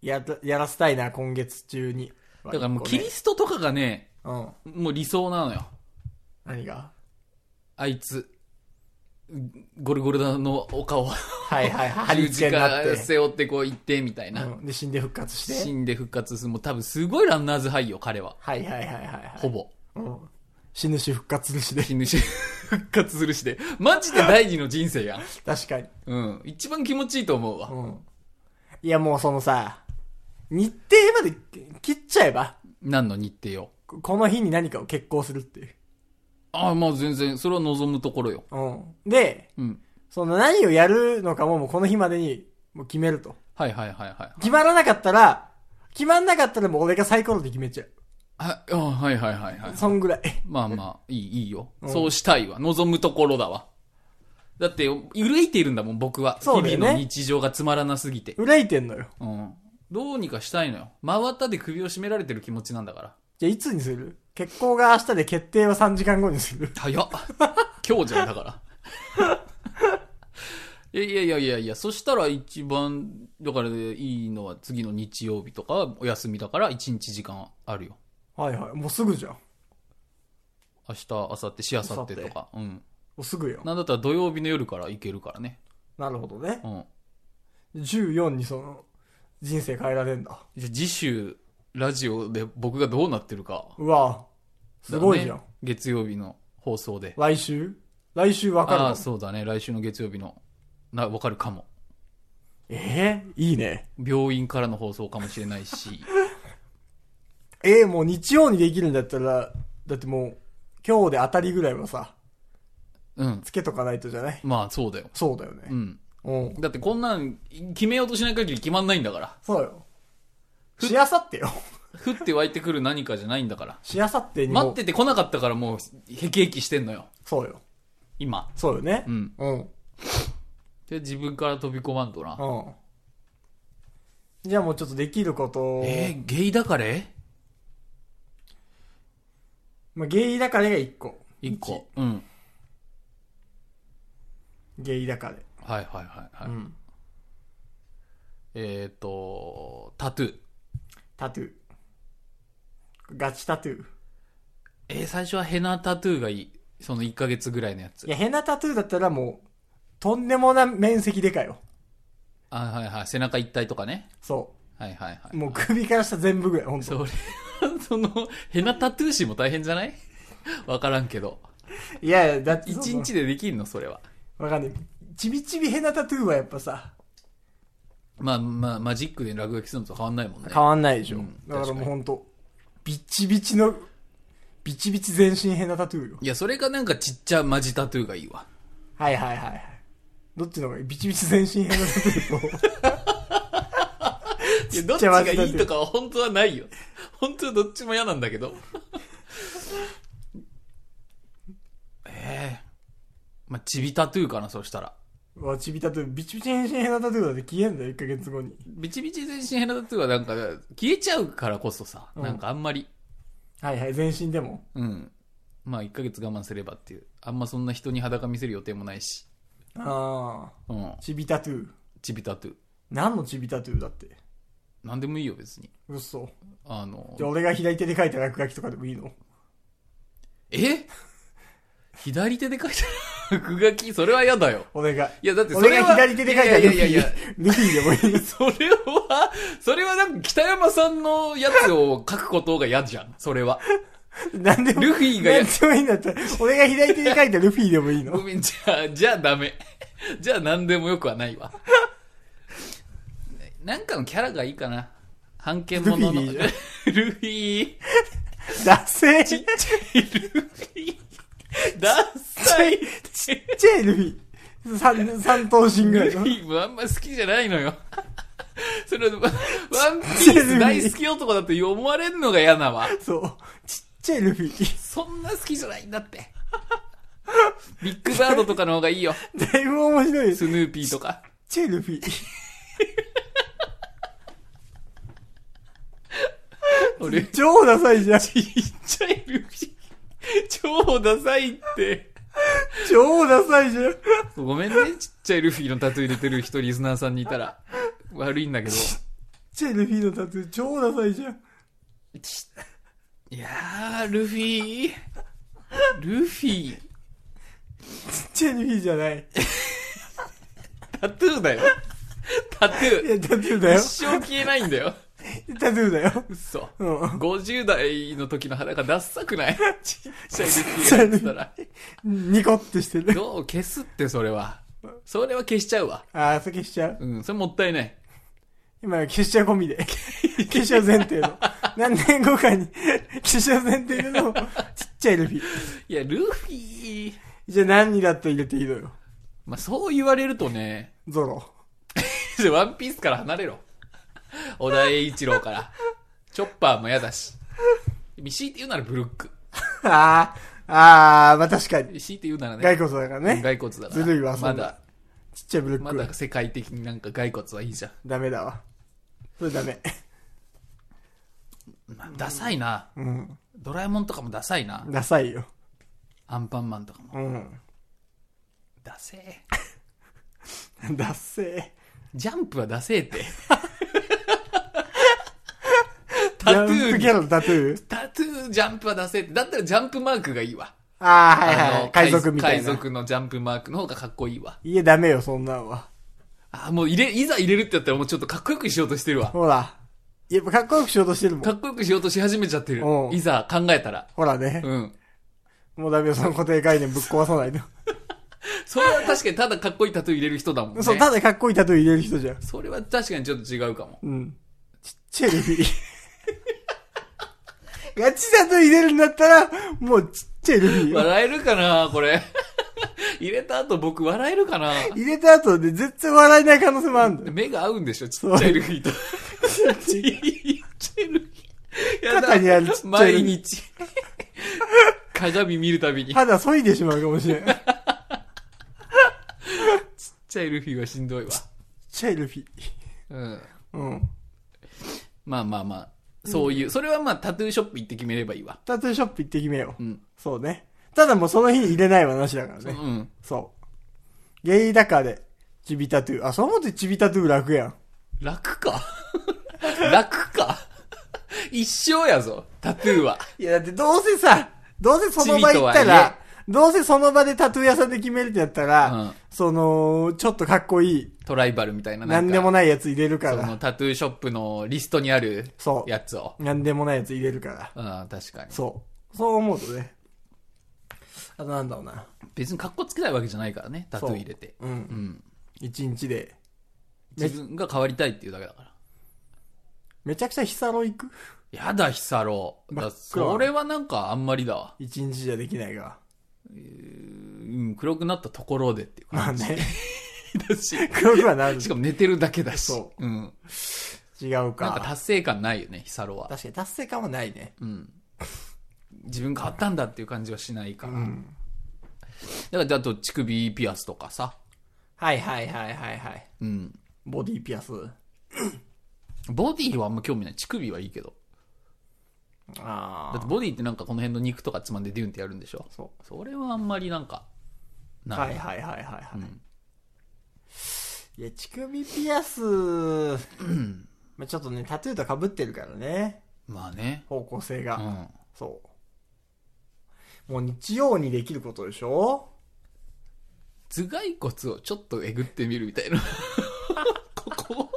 やた、やらせたいな、今月中に。
だからもう
一個
キ
ね
リストとかがね、
うん。
もう理想なのよ。
何が
あいつ、ゴルゴルダのお顔を
はいはいはい。貼り
十
付
字
けになっ
架 [laughs]
て。
背負ってこう行ってみたいな。
うん、で、死んで復活して。
死んで復活する。もう多分すごいランナーズハイよ、彼は。
はいはいはいはい、はい。
ほぼ。
うん。死ぬし復活主で。
死ぬし、 [laughs] 復活するしで。マジで第二の人生やん。
確かに。
うん。一番気持ちいいと思うわ。
うん。いやもうそのさ、日程まで切っちゃえば、
何の日程を。
ここの日に何かを決行するっていう。
ああ、まあ全然、それは望むところよ。
うん。で、
うん。
その何をやるのかももうこの日までにもう決めると。
はいはいはいはい。
決まらなかったら、決まんなかったらもう俺がサイコロで決めちゃ
あ、あはいはいはいはい。
う。そんぐらい。 [laughs]
まあまあ、いい、いいよ。
うん
そうしたいわ。望むところだわ。だって、憂いているんだもん、僕は。
そうだ
日
よね
々の日常がつまらなすぎて。
憂いてんのよ。
うん。どうにかしたいのよ。真綿で首を絞められてる気持ちなんだから。
じゃあいつにする決行が明日で決定は3時間後にする。
早っ。 [laughs] 今日じゃんだから。 [laughs] いやいやいやいや、そしたら一番、だからいいのは次の日曜日とかお休みだから1日時間あるよ。
はいはい。もうすぐじゃん。も
明日、明後日、しあさってとか。うん。
うすぐよ。
なんだったら土曜日の夜から行けるからね。
なるほどね。
うん。
14にその、人生変えられんだ。
じゃあ次週、ラジオで僕がどうなってるか。
うわすごいじゃん。
だね月曜日の放送で。
来週来週わかる
あ
の
あ、そうだね。来週の月曜日の、な、わかるかも。
ええいいね。
病院からの放送かもしれないし。 [laughs]
ええもう日曜にできるんだったら、だってもう、今日で当たりぐらいはさ、
うん。
つけとかないとじゃない
まあ、そうだよ。
そうだよ
う
ね。
ん。
うん。
だってこんなん、決めようとしない限り決まんないんだから。
そうよ。しあさってよ。
降って湧いてくる何かじゃないんだ
[laughs]
から。
しあさってにも。
待ってて来なかったからもう、へきへきしてんのよ。
そうよ。
今。
そうよね
う。ん。
うん。うん。
で、自分から飛び込まんとな。
じゃあもうちょっとできることを、
えー、ゲイだから
まあ、ゲイだからが1個。
一個。うん。
ゲイだから。
はいはいはいはい。
うん。
えっ、と、タトゥー。
タトゥー。ガチタトゥー。
えー最初はヘナタトゥーがいい。その1ヶ月ぐらいのやつ
い。や、変なタトゥーだったらもう、とんでもな面積でかよ。
あ、はいはい。背中一体とかね。
そ
はいはいは
う。
い。
もう首から下全部ぐらい、本
そ
当
れは、その、ヘナタトゥー師も大変じゃないわからんけど。
いやいや、だって、
一日でできんのそれは。
わかんない。ちびちび変なタトゥーはやっぱさ、
まあまあ、マジックで落書きするのと変わんないもんね。
変わんないでしょ。
うん
だから
確か
もう
に
本当ビチビチの、ビチビチ全身変なタトゥーよ。
いや、それがなんかちっちゃマジタトゥーがいいわ。
はいはいはいはい。どっちの方がいいビチビチ全身変なタトゥーと、
いや、どっち
ちゃ
が
マジタトゥー
いいとかは本当はないよ。 [laughs] 本当はどっちも嫌なんだけど。 [laughs] ええまあ、チビタトゥーかな、そしたら。
う [laughs] わ、ちびタトゥー、ビチビチ変身変なタトゥーだって消えんだよ、1ヶ月後に。
ビチビチ全身ヘナタトゥーはなんか、消えちゃうからこそさ、
うん
なんかあんまり、
はいはい、全身でも。
うん。まあ、1ヶ月我慢すればっていう。あんまそんな人に裸見せる予定もないし。
あ
うん
あ。。ちびタトゥー。
チビタトゥー。
何のちびタトゥーだって。
なんでもいいよ、別に。
嘘。
あの
じゃ、あ俺が左手で書いた落書きとかでもいいの
え [laughs] 左手で書いた落書きそれは嫌だよ。
俺が。
いや、だってそれ
俺
は。
が左手で書いた
い
ル
や
フ
いやいやい
ィ
や。。
ルフィでもいい。
それは、それはなんか北山さんのやつを書くことが嫌じゃん。それは。
[laughs] なんでも、
ルフィがや
なんでもいいんだったら、俺が左手で書いたルフィでもいい
ご
の
めん、じゃあ、じゃあダメ。じゃあ何でもよくはないわ。なんかのキャラがいいかな。半径ものの。
ルフィでいい
ル
じ
フィ。
ダセー
ち
ちっ
っちゃいルフィ。ダッサい。
ちゃいルフィ。三、三頭身ぐら
ル
い
フ
の。
ィもあんま好きじゃないのよ。 [laughs] そ [laughs] れは、ワワンピース大好き男だと思われるのが嫌なわ。
そう。ちっちゃいルフィ。
そんな好きじゃないんだ [laughs] って。ビッグバードとかの方がいいよ。
だいぶ面白い。ちっ
スヌーピーとか。
ちゃいルフィ。
俺、ちっ
超ダサいじゃん。
ちゃいルフィ。超ダサいって。
超ダサいじゃん。
ごめんね、ちっちゃいルフィのタトゥー入れてる人リスナーさんにいたら。悪いんだけど。
ちゃいルフィのタトゥー超ダサいじゃん。
いやー、ルフィルフィ
ちっちゃいルフィじゃない。
タトゥーだよ。タト
い
ゥ
や、タトゥーだ
ー。
よ
一。生消えないんだよ。
タトゥーだよ。
嘘。
うん。
50代の時の裸ダッサく
[laughs]
ないちっちゃいルフィがやってたら。
ニコってしてる。
どう消すって、それは。それは消しちゃうわ。
あー、それ消しちゃう。
うん、それもったいない。
今、消しちゃう込みで。消しちゃう前提の。何年後かに、消しちゃう前提の、ちっちゃいルフィ。
いや、ルフィ
じゃあ何にだって入れていいのよ。
まあ、そう言われるとね、
ゾロ。
じゃあワンピースから離れろ。小田栄一郎から。チョッパーも嫌だし。強いて言うならブルック。
あー、あー、まあ確かに。
強いて言うならね。
骸骨だから
うん
ね。
骸骨だから。
ずるいわ、そ
ま
んな
だ、。
ちっちゃいブルッ
ま
ク。
だ世界的になんか骸骨はいいじゃん。
ダメだわ。それダメ。
まあダサいな。
うん。
ドラえもんとかもダサいな。
ダサいよ。
アンパンマンとかも。
うん。
ダセえ。
ダッセ
ジャンプはダセえって。タトゥ
ー。ジャン
ー
プ
に、
ギャラのタトゥー
タトゥー、ジャンプはダセえって。だったらジャンプマークがいいわ。
あー、はい
あ
はいはい。海賊みたい
海
な。
賊のジャンプマークの方がかっこいいわ。
いや、ダメよ、そんなんは。
あー、もう入れ、いざ入れるってやったらもうちょっとかっこよくしようとしてるわ。
ほら。やっぱかっこよくしようとしてるも
か
ん。
っこよくしようとし始めちゃってる
う。ん
いざ考えたら。
ほらね。
うん。
もうダメよ、その固定概念ぶっ壊さないと。
それは確かにただかっこいいタトゥー入れる人だもんね。
そう、ただかっこいいタトゥー入れる人じゃん。
それは確かにちょっと違うかも。
うん。ちっちゃいル
[laughs]
フィ。ガチタトゥー入れるんだったら、もうちっちゃいルフィよ。
笑えるかなこれ。 [laughs] 入れた後僕笑えるかな
入れた後で絶対笑えない可能性もあるんだよ。
目が合うんでしょちっちゃいルフィと。ちっちゃいルフィ。やだ
肩にあるちっちゃいルフィ
毎日。鏡見るたびに。ちっ
肌削いでしまうかもしれ
[laughs]
ない。ちっ
ちゃいルフィはしんどいわ。
ちゃいルフィ。
うん。
うん。
まあまあまあ。そういう。それはまあタトゥーショップ行って決めればいいわ。
タトゥーショップ行って決めよう。
うん
そうね。ただもうその日に入れない話だから
う
ね。
ん。
そう。ゲイだからで、チビタトゥー。あ、そう思ってチビタトゥー楽やん。
楽か楽か一生やぞ、タトゥーは。
いや、だってどうせさ、どうせその場行った
チビとはい
ら、どうせその場でタトゥー屋さんで決めるってやったら、
うん
その、ちょっとかっこいい、
トライバルみたいな。
なんでも
ない
ないやつ入れるか
そ
ら
の。タトゥーショップのリストにある
そう
やつを。
なんでもないやつ入れるから。
うん、確かに。
そう。そう思うとね。あとなんだろうな。
別に格好つけないわけじゃないからね、タトゥー入れて。
う。
うんん。
一日で。
自分が変わりたいっていうだけだから。
めちゃくちゃヒサロ行く
やだ、ヒサロ。
真
だ
っ暗
それはなんかあんまりだわ。
一日じゃできないが。
うん、黒くなったところでっていう
まあ
感じ
ね。
だし。
黒くは [laughs] なる。
しかも寝てるだけだし。。
そう
うん。
違う
なんか
か。
達成感ないよね、ヒサロは。
確かに達成感はないね。
うん。自分変わったんだっていう感じはしないから。
うん。
だから、あと、乳首ピアスとかさ。
はいはいはいはいはい。
うん。
ボディピアス。
ボディはあんま興味ない。乳首はいいけど。
あ
だってボディってなんかこの辺の肉とかつまんでデュンってやるんでしょ
あ。そう。
それはあんまりなんか、ない。
はいはいはいはいは
う
い、
ん
いや乳首ピアス、まあちょっとねタトゥーとかぶってるからね
まあね。
方向性
う
が、
ん。
そうもう日曜にできることでしょ
頭蓋骨をちょっとえぐってみるみたいな。
[laughs]
ここ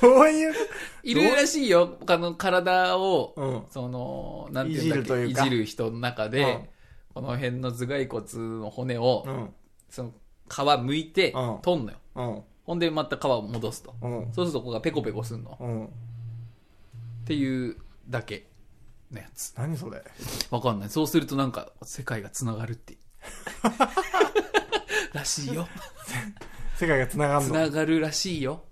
どういう
いるらしいよ。他の体を、
うん
その、なんていうんだっ
いじると
け、
い
いう
か
じる人の中で、この辺の頭蓋骨の骨を、
うん
その皮剥いて
うん
取んのよ、
うん
ほんでまた皮を戻すと、
うん
そうするとここがペコペコすんの
うん
っていうだけのやつ
何それ
わかんないそうするとなんか世界がつながるって
[laughs]
らしいよ
世界がつながん
つ
の
ながるらしいよ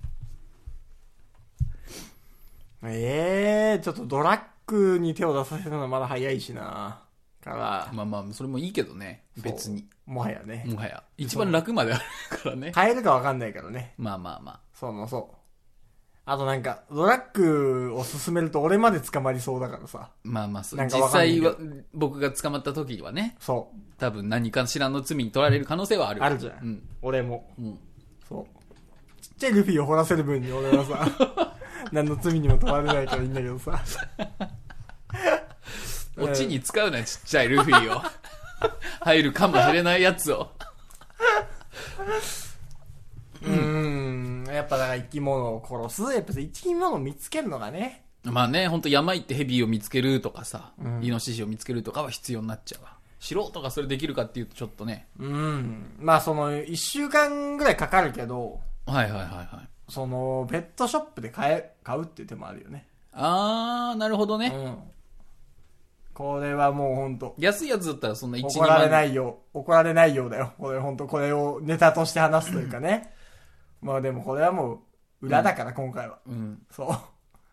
ええちょっとドラッグに手を出させたのはまだ早いしなから、
まあまあそれもいいけどね別に
もはやね、
もはや一番楽まであるからね
変えるかわかんないからね
まあまあま
そうもそう。あとなんか、ドラッグを進めると俺まで捕まりそうだからさ。
あまあまあそう
なんか
実
わかんない
際
けど
は僕が捕まった時にはね
そう。
多分何かしらの罪に取られる可能性はある
あるじゃん。
うん
俺も。
うん [laughs]
そう。ちっちゃいルフィを掘らせる分に俺はさ、何の罪にも問われないからいいんだけどさ。
オチに使うな、ちっちゃいルフ
[laughs]
ィを。入るかもしれないやつを。
うーん。やっぱだから生き物を殺す。やっぱ生き物を見つけるのがね。
まあね、ほんと山行ってヘビを見つけるとかさ、
ん
イノシシを見つけるとかは必要になっちゃうわ。素人がそれできるかっていうとちょっとね。
うん。まあその、一週間ぐらいかかるけど、
はいはいはいはい。
その、ペットショップで買え、買うっていう手もあるよね。
あー、なるほど
う
ね。
ん。これはもうほんと。
安いやつだったらそんな1、2
怒られな
万。
いよう、怒られないようだよ。これ本当これをネタとして話すというかね。まあでもこれはもう裏だから今回は。
うん。
そ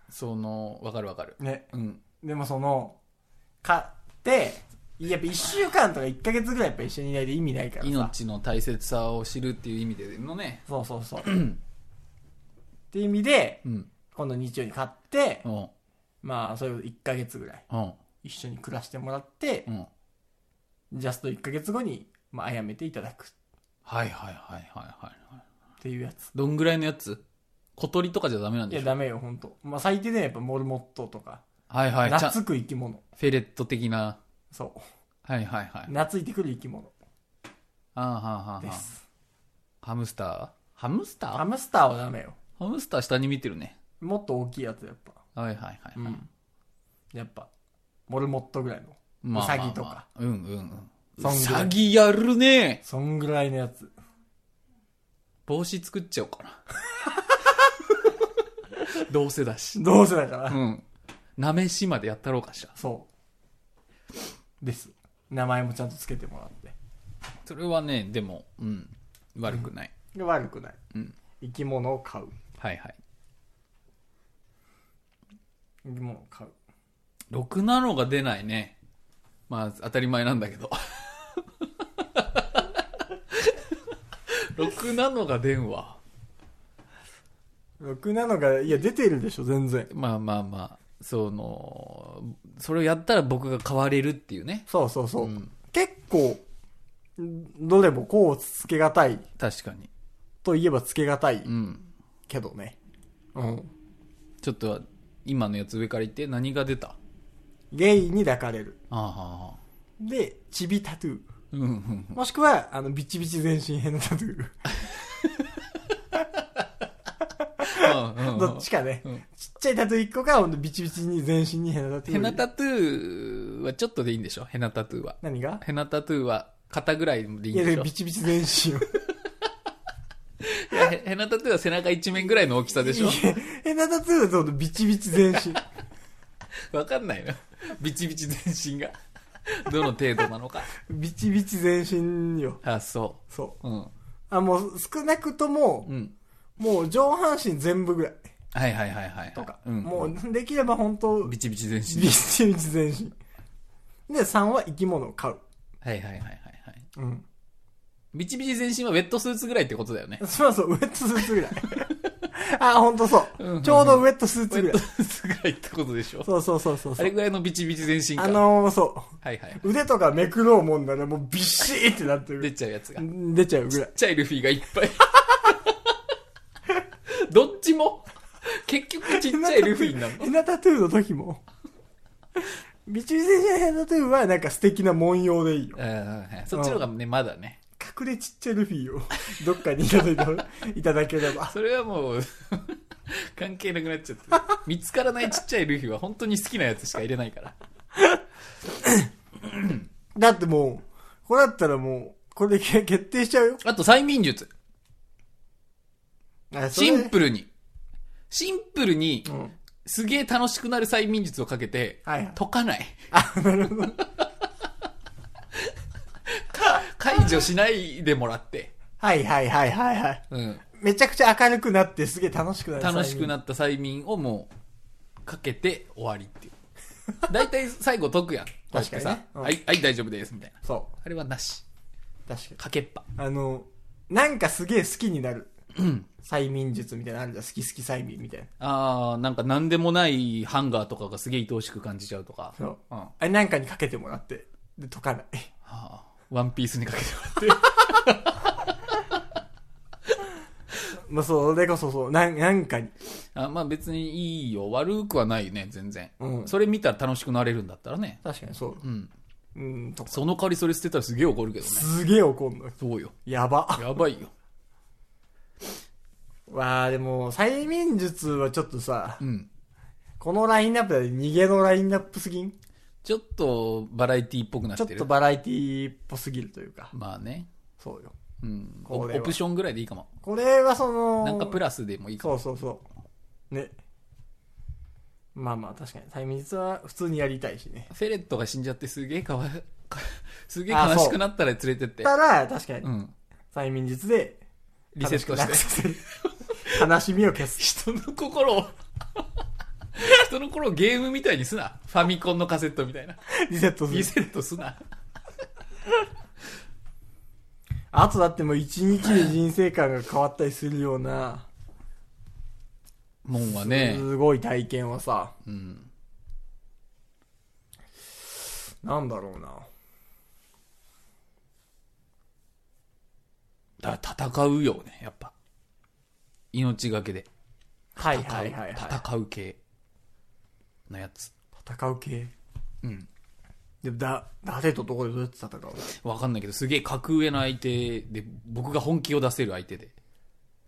その、わかるわかる。
う。ね。
うん。
でもその、買って、やっぱ1週間とか1ヶ月ぐらいやっぱ一緒にいないで意味ないからさ。
命の大切さを知るっていう意味でのね。
そうそうそう。っていう意味で、
うん。
今度日曜に買って
う、ん。
まあそれを1ヶ月ぐらい
うん。
一緒に暮らしてもらって
う、ん。
ジャスト1ヶ月後に、まああやめていただく
はいはいはいはいはいはい。
っていうやつ。
どんぐらいのやつ小鳥とかじゃダメなん
い
で
や
しょ
ダメよ本当まあ最低でやっぱモルモットとか、
はいはい。ちゃん
懐く生き物。
フェレット的な。
そう。
はいはいはい。
懐いてくる生き物
あーはーはー
で
はー
す。
ハムスターハムスタ
ハ
ー
ムスターはダメよ。
ハムスター下に見てるね。
もっと大きいやつやっぱ。
はいはいはい。
うん。やっぱ、モルモットぐらいの。
まあまあまあ
ウサギとか。
うんうんうん。
そ
ウ
んぐらい
サギやるね
そんぐらいのやつ。
帽子作っちゃおうかな。どうせだし。
[laughs] どうせだから。
うん。なめしまでやったろうかしら。
そう。です。名前もちゃんとつけてもらって。
それはね、でも、うん。悪くない。
で悪くない。
うん
生き物を飼う。
はいはい。
生き物を飼う。
ろくなのが出ないね。まあ、当たり前なんだけど。ろくなのが出んわ。
ろくなのが、いや、出てるでしょ、全然。
まあまあまあ、その、それをやったら僕が変われるっていうね。
そうそうそう。
うん
結構、んどれもこうつけがたい
確かに。
といえばつけがたい
うん。
けどね。うん。
ちょっと、今のやつ上から言って、何が出た
ゲイに抱かれる。
ああ、ああ
で、チビタトゥー。
うんうんうん。
もしくは、あの、ビチビチ全身変のタトゥー。
うんうんうん
どっちかね。
うん
ちっちゃいタトゥー1個か、ほんとビチビチに全身に変なタトゥー。
ヘナタトゥーはちょっとでいいんでしょヘナタトゥーは。
何が
ヘナタトゥーは肩ぐらいでいい
い
ん
や、
で
で
しょ
ビチビチ全身を。
いやヘヘナタトゥーは背中一面ぐらいの大きさで
[laughs]
しょ
いや変なタトゥーだとほんとビチビチ全身。 [laughs]
わかんないな。ビチビチ全身が。どの程度なのか。
ビチビチ全身よ。
あ、そ。
そう
うん。
う。あ、もう少なくとも、
うん。
もう上半身全部ぐらい。
はいはいはいはい。
とか。
うん。
もう、できれば本当ビ
ビチビチ全
チ
身。
ビチ全身。で、3は生き物を飼う。
はいはいはいはいはい。
うん。
ビチビチ全身はウェットスーツぐらいってことだよね。
そうそう、ウェットスーツぐらい。 [laughs] あ、ほんとそ
う
う
んうんう。ん
ちょうどウェットスー
ウ
ツ
ェ
ぐ
ット
らい。
スーツぐらいってことでしょ
そうそうそうそう
あ
そ
れ
う。
ぐらいのビチビチ全身か。
あのー、そ
はいはい。
う。腕とかめくろうもんならもうビシーってなって
出
る。
ちゃうやつが。ちっ
出ちゃうぐらい。
ちゃいルフィがいっ
[laughs]
ぱい。どっちも、結局ちっちゃいルフィになるの。
ヘナタトゥーの時も。ビチビチのヘナタトゥーはなんか素敵な文様でいいよ
う。んうんうんそっちの方がね、まだね。
隠れちっちゃいルフィを [laughs] どっかにいただいていただければ。
それはもう、 [laughs] 関係なくなっちゃって。見つからないちっちゃいルフィは本当に好きなやつしか入れないから。
だってもう、これだったらもう、これで決決定しちゃうよ。
あと催眠術。
あそれ
シンプルに。シンプルに、
うん。 [laughs]
すげえ楽しくなる催眠術をかけて、
はいはい。
解かない。
あ、なるほど。
解除しないでもらって。
はいはいはいはいはい。
うん。
めちゃくちゃ明るくなってすげえ楽しくなる。
楽しくな
っ
った催眠をもう、かけて終わりっていう。大体最後解くやん。
確か
こう
にね
やってさ、
うん
はい、はい、大丈夫です、みたいな。
そ
あれはなし。
う。確かに。
かけっぱ。
あの、なんかすげえ好きになる。催眠術みたいなのあるじゃん。好き好き催眠みたいな。
あー、なんか何でもないハンガーとかがすげえ愛おしく感じちゃうとか。
そう。
うん。
あれなんかにかけてもらって、で、解かない。
はあ、ワンピースにかけてもらって。
まあ、それこそそう、なん、なんかに。
[laughs] あまあ別にいいよ。悪くはないよね、全然。
うん
それ見たら楽しくなれるんだったらね。
確かにそう
うん。
うんとか
その代わりそれ捨てたらすげえ怒るけどね。
すげえ怒んの
そうよ。
やば
やばいよ。
わあでも催眠術はちょっとさ
うん。
このラインナップだと逃げのラインナップすぎん
ちょっとバラエティっぽくなっ
ちょって
る。
とバラエティーっぽすぎるというか
まあね。
そうよ
うん。オ
これは
オプションぐらいでいいかも。
これはその
なんかプラスでもいいか
そ
も。
うそうそうねまあまあ確かに催眠術は普通にやりたいしね
フェレットが死んじゃってすげえかわい、かすげえ悲しくなったら連れてって。
たら確かに
うん。
催眠術で
リセットして
悲。しくなく悲しみを消
[laughs]
す
人の心を人の心をゲームみたいにすなファミコンのカセットみたいな
リセットす
リ
る
セットすな
あとだってもう一日で人生観が変わったりするような
もんはね
すごい体験はさ
うん
なんだろうな
だから戦うよねやっぱ命がけで
はい
戦う,、
はいはいは
戦う系のやつ
い戦う系
うん
でもだ誰とどこでどうやって戦う
わかんないけどすげえ格上の相手で僕が本気を出せる相手で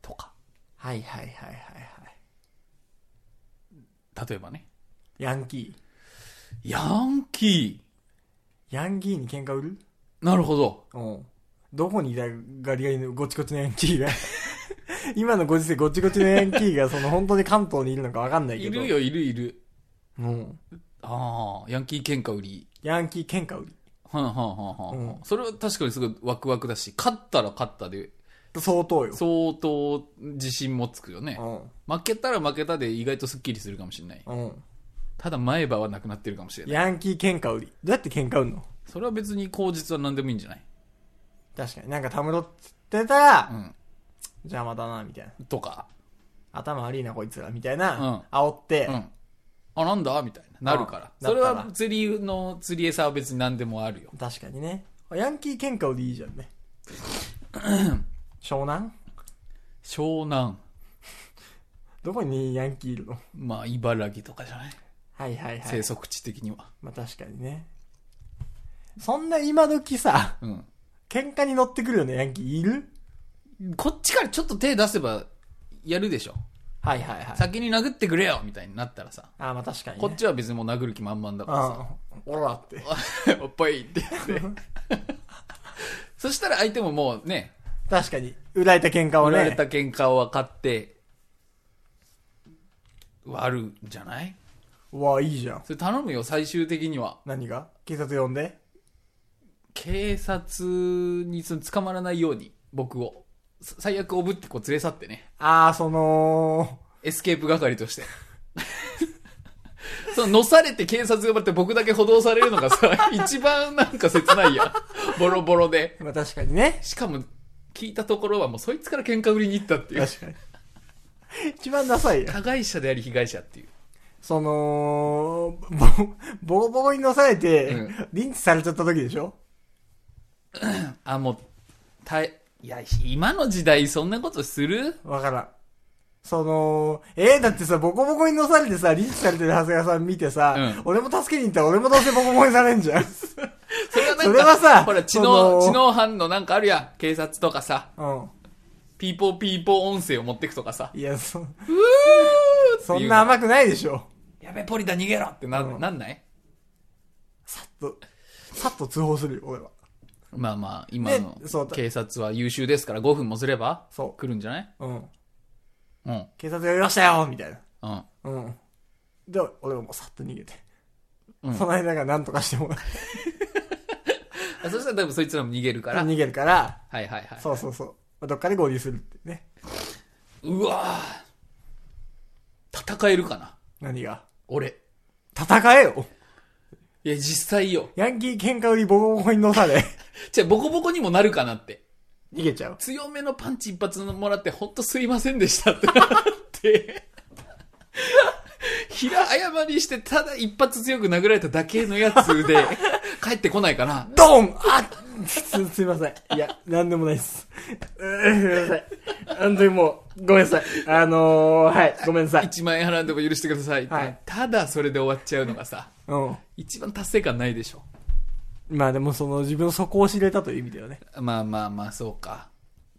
とか
はいはいはいはいはい
例えばね
ヤンキ
ヤンキ
ーヤンキーに喧嘩売る
ーなるほど
うんどこにいたガリガリのごちごちのヤンキーが [laughs] 今のご時世ごちごちのヤンキーがその本当に関東にいるのかわかんないけ
い
ど
るよいるいる
うん
ああヤンキー喧嘩売り
ヤンキー喧嘩売
はんはんはんはん、
うん
それは確かにすごいワクワクだし、勝ったら勝ったで、
り相当よ
相当自信もつくよね。
う
負けたら負けたで意外とスッキリするかもしれない。
んうん
ただ前歯はなくなってるかもしれない。
ヤンキー喧嘩売りどうやって喧嘩売るの
それは別に口実は何でもいいんじゃない
確かになんかたむろってたら、
うん。
邪魔だなみたいな
とか、
頭悪いなこいつらみたいうな、煽って、
うん。あ、なんだみたいな。なるから。
うん
それ
なった
は
ら
釣りの釣り餌は別に何でもあるよ。
確かにねヤンキー喧嘩売りいいじゃ [clears throat] んね湘南
湘南、
どこにヤンキーいるの
まあ茨城とかじゃない、
はいはいはい
生息地的には。
まあ確かにねそんな今時さ
うん。
喧嘩に乗ってくるよねヤンキーいる
こっちからちょっと手出せばやるでしょ。
はいはいはい
先に殴ってくれよみたいになったらさ。
あーまあ確かに、ね、
こっちは別にもう殴る気満々だか
うんおらって
らさ、 [laughs] おっぱいって言って。そしたら相手ももうね、
確かに売られた喧嘩を
売
ね
られた喧嘩を分かって、はあるんじゃないう
わいいじゃん
それ頼むよ、最終的には。
何が警察呼んで
警察にその捕まらないように、僕を。さ最悪おぶってこう連れ去ってね。
ああその
エスケープ係として。その、乗されて警察呼ばれて僕だけ補導されるのがさ、一番なんか切ないやん。ボロボロで。
まあ確かにね
しかも、聞いたところはもうそいつから喧嘩売りに行ったっていう。
確かに。一番ダサいやん。
加害者であり被害者っていう。
その、ぼ、ボロボロに乗されて、
うん
リンチされちゃった時でしょ
あ、もう、たい、いや、今の時代そんなことする
わからん。その、えー、だってさ、ボコボコに乗されてさ、リンチされてる長谷川さん見てさ、
うん
俺も助けに行ったら俺もどうせボコボコにされんじゃん。
それはなんか、
それはさ
ほら、知
そ
能、
の
知能犯のなんかあるやん。警察とかさ、
うん。
ピーポーピーポー音声を持ってくとかさ、
いや、そ、
ていう
そんな甘くないでしょ。
やべ、ポリタ逃げろってな、
うん
なんない
さっと、さっと通報するよ、俺は。
まあまあ、今の
ねそうだ
警察は優秀ですから5分もすれば、
そう
来るんじゃない
うん。
うん、
警察呼びましたよみたいな。
うん。
うん。で、俺はもうさっと逃げて。
うん
その間が何とかしても
あそしたら多分そいつらも逃げるから。
逃げるから、
はいはいはい。
そうそうそう。まあどっかで合流するってね。
うわぁ戦えるかな
何が。
俺。
戦えよ
いや、実際よ。
ヤンキー喧嘩売りボコボコに乗され。
じゃあボコボコにもなるかなって。
逃げちゃう。
強めのパンチ一発もらって、ほんとすいませんでしたってなって。 [laughs] 平謝り
[laughs]
して、ただ一発強く殴られただけのやつで、帰ってこないかな。
ドンあす、すいません。いや、なんでもない [laughs] です。うーすいません。本当にもう、ごめんなさい。あのー、はい、ごめんなさい。
1万円払うんでも許してください、
はい
ただそれで終わっちゃうのがさ
うん。
一番達成感ないでしょ
まあでもその自分の底を知れたという意味だよね。
まあまあまあそうか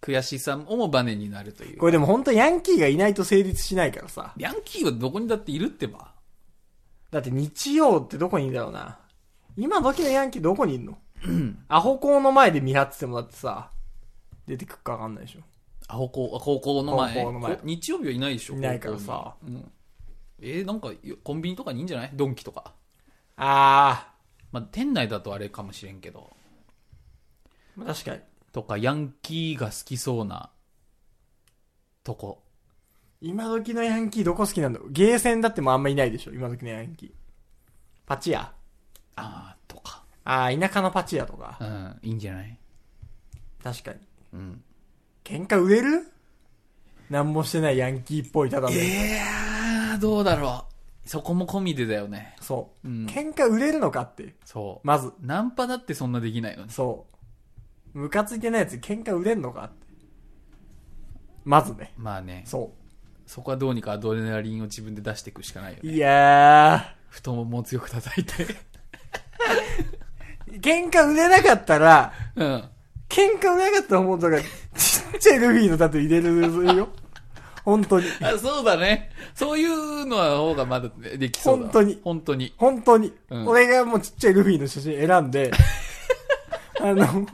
悔しさもバネになるという
これでも本当ヤンキーがいないと成立しないからさ。
ヤンキーはどこにだっているってば
だって日曜ってどこにいるんだろうな。今時のヤンキーどこにいるの [clears throat] アホ校の前で見張っててもだってさ、出てくっかわかんないでしょ。
あ高校あ高校の前
高校の前
こ日曜日はいないでしょ
いないからさ
高校にうんえーなんかよコンビニとかにいいんじゃないドンキとか、
あ
まあ、店内だとあれかもしれんけど
ー、確かに。
とかヤンキーが好きそうなとこ
今時のヤンキーどこ好きなんだろうゲーセンだってもうあんまいないでしょ今時のヤンキー。パチ屋
ああとか
あー、田舎のパチ屋とか
う。んいいんじゃない
確かに。
うん
喧嘩売れるなんもしてないヤンキーっぽいただの。
えー、どうだろうそこも込みでだよね
そう、
うん
喧嘩売れるのかって。
そう、
まず。
ナンパだってそんなできないのに
そう。ムカついてないやつに喧嘩売れんのかって。まずね。
まあね
そ
そこはどうにかアドレナリンを自分で出していくしかないよ
う。
ね
いや
太ももを強く叩い [laughs] て
ー。喧嘩売れなかったら、
うん
喧嘩売れなかったらもうだから、ちっちゃいルフィのタトゥー入れるよ。本当に。
あそうだねそういうのは方がまだできそうだわ
本当に
本当に
本当に。
うん
俺がもうちっちゃいルフィの写真選んで、あの、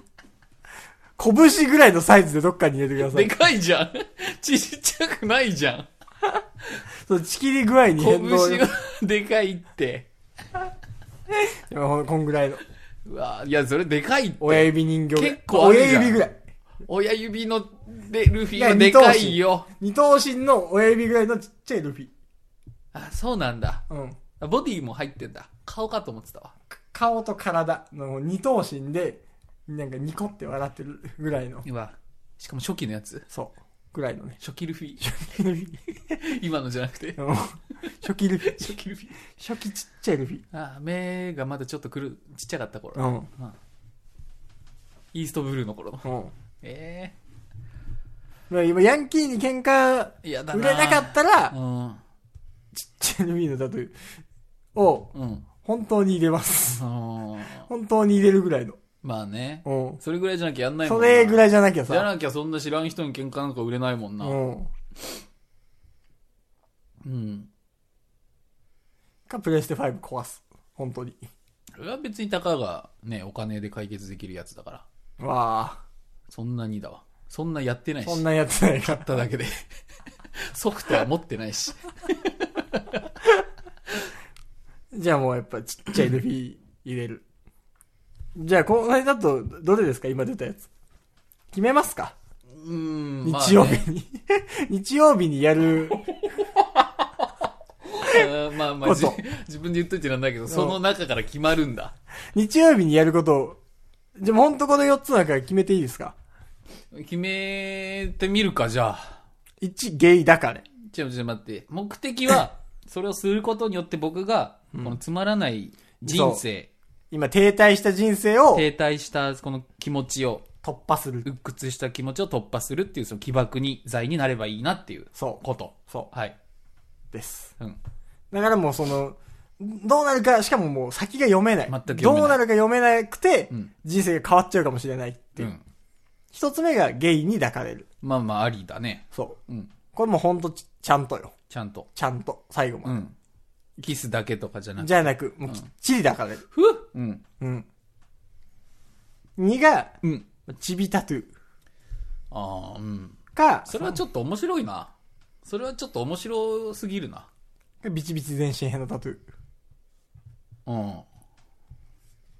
拳ぐらいのサイズでどっかに入れてくださ
で
い。
かいじゃん [laughs] ちっちゃくないじゃん
そのちきり具合に変動。
拳がでかいって
こんぐらいの。
うわいやそれでかいって
親指人形ぐらい。
結構あるじゃん
親指ぐらい。
親指のでルフィ
いや
はでかいよ
二頭身の親指ぐらいのちっちゃいルフィ。
あそうなんだ
うん。
ボディも入ってんだ。顔かと思ってたわ。
か顔と体の二頭身で、なんかニコって笑ってるぐらいの。
うわ。しかも初期のやつ。
そう。ぐらいのね。
初期ルフィ。
ルフィ
今のじゃなくて。
うん [laughs] 初期ルフィ。
初期ルフィ。
初期ちっちゃいルフィ。
ああ、目がまだちょっとくる、ちっちゃかった頃。
うん。
イーストブルーの頃の。
うん。
え
まあ今、ヤンキーに喧嘩
えー。いやだ
売
な。
れなかったら、
うん。
ちっちゃいルフィのタトゥーを
うん。
本当に入れます。 [laughs]
うん
本当に入れるぐらいの。
まあね。
う。
それぐらいじゃなきゃやんなんいも
そ
んな。
れぐ
い。
らいじゃなきゃ
じゃ
さ。
なきゃそんな知らん人に喧嘩なんか売れないもん
う
な。
ん。
うん。
か、プレイステ5壊す。本当に。
それは別にたかがね、お金で解決できるやつだから。
わあ。
そんなにだわ。そんなやってないし。
そんなんやってないか
買っただけで。 [laughs] ソフトは持ってないし。
じゃあもうやっぱちっちゃいルフィ入れる。じゃあ、この間だと、どれですか今出たやつ。決めますか、
うん
日曜日に。 [laughs] 日曜日にやる。
[laughs] まあねあーまあまあ、じ
こと
[laughs] 自分で言っといてなんだけど、その中から決まるんだ。
日曜日にやることを、じゃあほんとこの4つの中から決めていいですか
決めてみるか、じゃあ。
?1、ゲイだから。
ちょ、ちょ、待って。目的
[laughs]
は、それをすることによって僕が、このつまらない人生、
今停滞した人生を
停滞したこの気持ちを、
突破する。
鬱屈した気持ちを突破するっていう、その起爆に、罪になればいいなっていう
そう
こと。
そ
はい。
う。です。
うん。
だからもうその、どうなるか、しかももう先が読めない。
全く読めない
どうなるか読めなくて、
うん
人生が変わっちゃうかもしれないって
う
いう。
ん。
一つ目がゲイに抱かれる。
まあまあ、ありだね。
そう。
うん。
これもほんとちちゃんとよ。
ちゃんと。
ちゃんと。最後ま
う
で。
ん。キスだけとかじゃなくて。
じゃなく、もうきっちり抱かれる。
ふううん。
うん。2が、
うん。
チビタトゥー
ああ、うん。
か、
それはちょっと面白いな。それはちょっと面白すぎるな。
ビチビチ全身変のタトゥ
うん。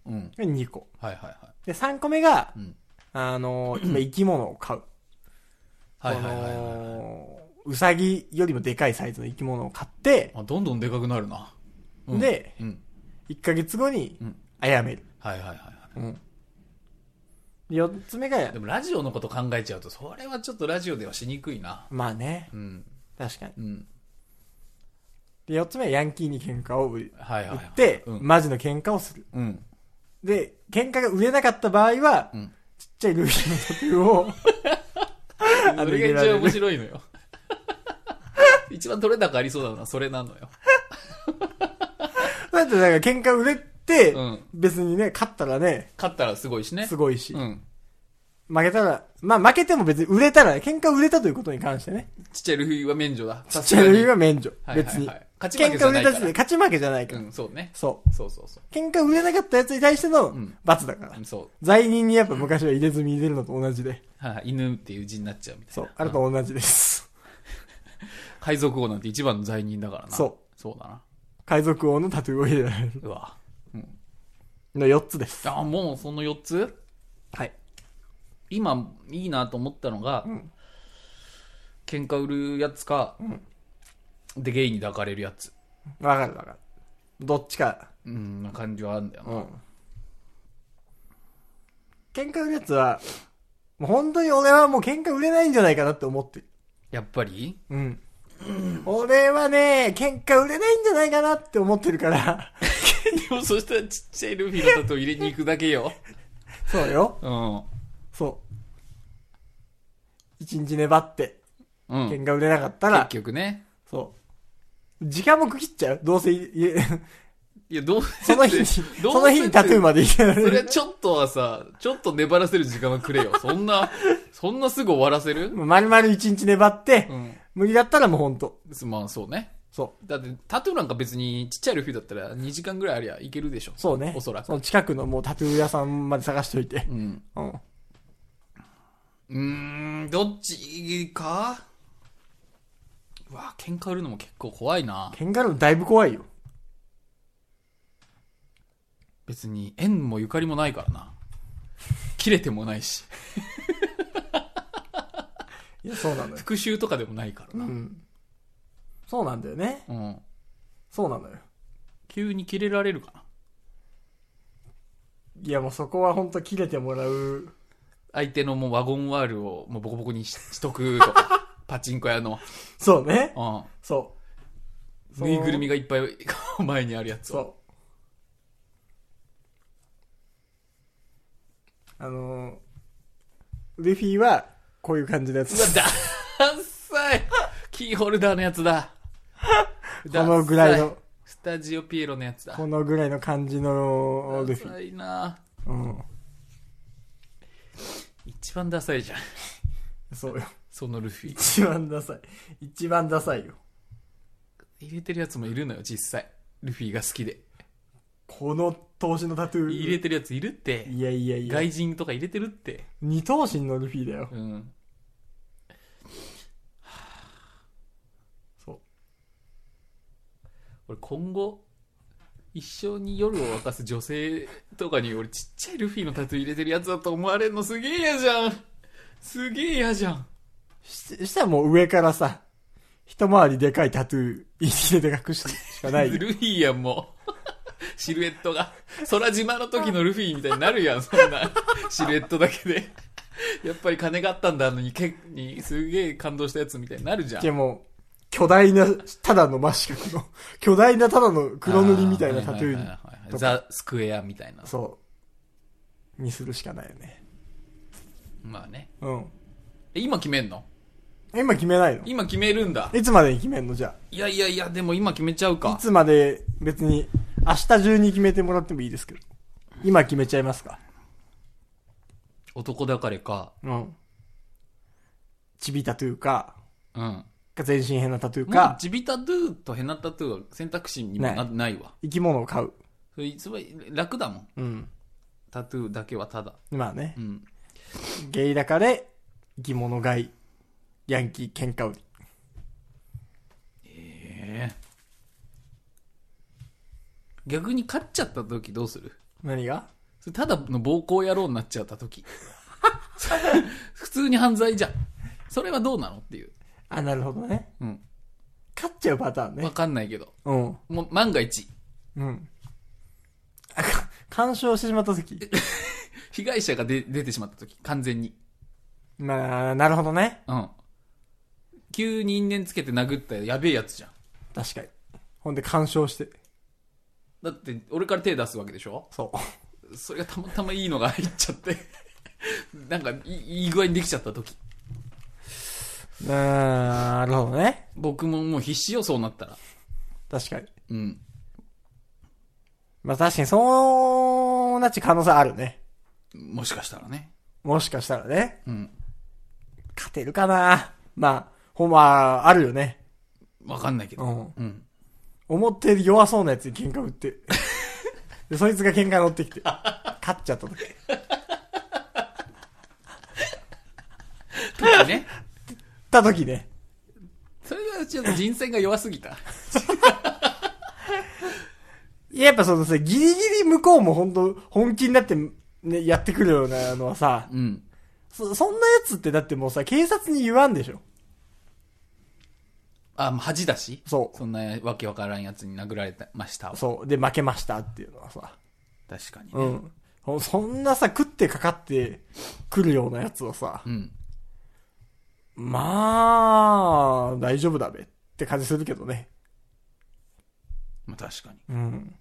うん。
ー。2個。
はいはいは
で、3個目が
い。う、ん。
あのー、今生き物を飼う。
はいはい
こ
はいはい。
の、うさぎよりもでかいサイズの生き物を飼って、
あどんどんでかくなるな。うん、
で、
うん。
1ヶ月後に
うん、
あやめる。
はいはいはいは
うん。4つ目が
い。で、もラジオのこと考えちゃうと、それはちょっとラジオではしにくいな。
まあね、
うん。
確かに。
うん。
で、4つ目はヤンキーに喧嘩を売る
はいはい
売
はい。
って、
うん。
マジの喧嘩をする。
うん。
で、喧嘩が売れなかった場合は、
うん
ちっちゃいルビーのタトゥ
[laughs]
ーを、あの
それが一番面白いの
[laughs]
よ。一番取れ高ありそうだな、それなのよ。
だってなんか喧嘩売れて、
うん
別にね、勝ったらね、
勝ったらすごいしね。
すごいし、
うん。
負けたら、まあ負けても別に売れたら、喧嘩売れたということに関してね、
ちっちゃいルフィは免除だ。
ちっちゃいルビーは免除。
はいはいはい
別に。
勝ち負
喧
けじゃ
嘩売
な
れ
いか
た
ら
時で勝ち負けじゃないか
う
ら。
ん、そうね。
そ。
そうそうそう
喧嘩売れなかったやつに対しての
ん
罰だから。
う。そう。
罪人にやっぱ昔は入れ墨入れるのと同じで。
はいはい、犬っていう字になっちゃうみたいな。
そう。あれと同じです。
海賊王なんて一番の罪人だからな。。
そう
そうだな。
海賊王のタトゥーを入れられる。
うわ。うん。
の4つです。
あ、もうその4つ
はい。
今、いいなと思ったのが、
ん
喧嘩売るやつか、
ん
で、ゲイに抱かれるやつ。
わかるわかる。どっちか。
うん、な感じはあるんだよな。
うん。喧嘩売るやつは、もう本当に俺はもう喧嘩売れないんじゃないかなって思ってる。
やっぱり
うん。俺はね、喧嘩売れないんじゃないかなって思ってるから。
でもそしたらちっちゃいルフィのタトゥー入れに行くだけよ。
そうよ。
うん。
そう。一日粘って、
うん。
喧
結
嘩売れなかったら、
局ね。
そう。時間も区切っちゃうどうせい、
[laughs]
い
いや、どう
その日
[laughs] ど
に、
うせって
その日にタトゥーまでいけられ
それは
る。
ちょっとはさ、ちょっと粘らせる時間はくれよ。そんな、そんなすぐ終わらせる
もう丸々一日粘って、
うん。
無理だったらもう本当
まあそうね。
そ
だって、タトゥーなんか別にちっちゃいルフィだったら2時間ぐらいありゃいけるでしょ。
う。そうね。
おそらく
そ。の近くのもうタトゥー屋さんまで探しといて [laughs]
う。ん。
うん。
うーん、どっちかうわ、喧嘩売るのも結構怖いな。
喧嘩のだいぶ怖いよ。
別に縁もゆかりもないからな。切れてもないし。
いや、そうなのよ。
復讐とかでもないから
[laughs] う
な。
ん。そうなんだよね。
うん。
そうなのよ。
急に切れられるかな。
いや、もうそこは本当切れてもらう。
相手のもうワゴンワールをもうボコボコにし [laughs] しとくとか。パチンコ屋の。
そうね。
うん。
そそう
ぬいぐるみがいっぱい前にあるや
う。
つを。
そう。あのー、ルフィは、こういう感じのやつ
う。わ、だっさいキーホルダーのやつだ。こ
このぐらいの。、
スタジオピエロのやつだ。
このぐらいの感じのルフ
ダ
ィ。
サいな
うん。
一番ダサいじゃん。
そうよ。
そのルフィ。
一番ダサい。一番ダサいよ。
入れてるやつもいるのよ、実際。ルフィが好きで。
この投資のタトゥー。
入れてるやついるって。
いやいやいや。
外人とか入れてるって。
二頭身のルフィだよ。
[sighs] うん。
そう。
俺今後、一生に夜を明かす女性とかに俺ちっちゃいルフィのタトゥー入れてるやつだと思われるのすげえ嫌じゃん。すげえ嫌じゃん。
ししたらもう上からさ、一回りでかいタトゥー、入れて隠すしか
[laughs]
ないよ。
ルフィやん、もう。 [laughs] シルエットが。空島の時のルフィみたいになるやん、そん
[laughs]
な。シルエットだけで。やっぱり金があったんだ、あのに、けに、すげえ感動したやつみたいになるじゃん
いや。もう、巨大な、ただの真四角の、巨大なただの黒塗りみたいなタトゥー
あは
に、
いはいはいはいザ・スクエアみたいな。
そう、にするしかないよね。
まあね。
うん。
え今決めんの
今決めないの
今決めるんだ。
いつまでに決めんのじゃ
いやいやいや、でも今決めちゃう
あ。い
か。
つまで別に、明日中に決めてもらってもいいですけど。今決めちゃいますか
男だかれか。
うん。チビタトゥーか、
うん。
全身変なタトゥー
まあ、
か、
ジビタトゥーとヘナタトゥーは選択肢にもな
ない
ないわ。
生き物を飼う。
それいつも楽だもん。
うん。
タトゥーだけはただ。
まあね
う。ん。
ゲイだかで、生き物買い、ヤンキー喧嘩売り。
ええ逆に勝っちゃった時どうする
何が
それただの暴行野郎になっちゃった
[laughs]
時それ普通に犯罪じゃんそれはどうなのっていう、
あ、なるほどね。
うん、
勝っちゃうパターン
わ
ね。
かんないけど
うん。
もう万が一
うん。あか干渉してしまった時。
被害者が出出てしまった時完全に
まあ、なるほどね。
うん急に因縁つけて殴ったやべえやつじゃん
確かに。ほんで干渉して。
だって俺から手出すわけでしょ
そう。
それがたまたまいいのが入っちゃって、 [laughs] なんかいいいい具合にできちゃった時。
うーん、 [laughs] なるほどね。
僕ももう必死よ、そうなったら。
確かに。
うん。
まあ確かに、そうなっち可能性あるね。
もしかしたらね。
もしかしたらね。
うん。
勝てるかなまあ、ほんま、あるよね。
わかんないけ
う
ど。
ん。
うん。
思ってる弱そうなやつに喧嘩売って。で、そいつが喧嘩乗ってきて。勝っちゃった時。
時ね。 [laughs]
た時ね。
それがちょっと人選が弱すぎた。
やっぱそのさ、ギリギリ向こうも本当本気になって、ね、やってくるようなのはさ、
うん。
そ、そんなやつってだってもうさ、警察に言わんでしょ。
あ、まあ恥だし。
そう
そんなわけわからんやつに殴られてましたわ。
そう。で、負けましたっていうのはさ。
確かに
う
ね。
ん。ほそんなさ、食ってかかってくるようなやつはさ、
うん。
まあ、大丈夫だべって感じするけどね。
まあ確かに。
うん。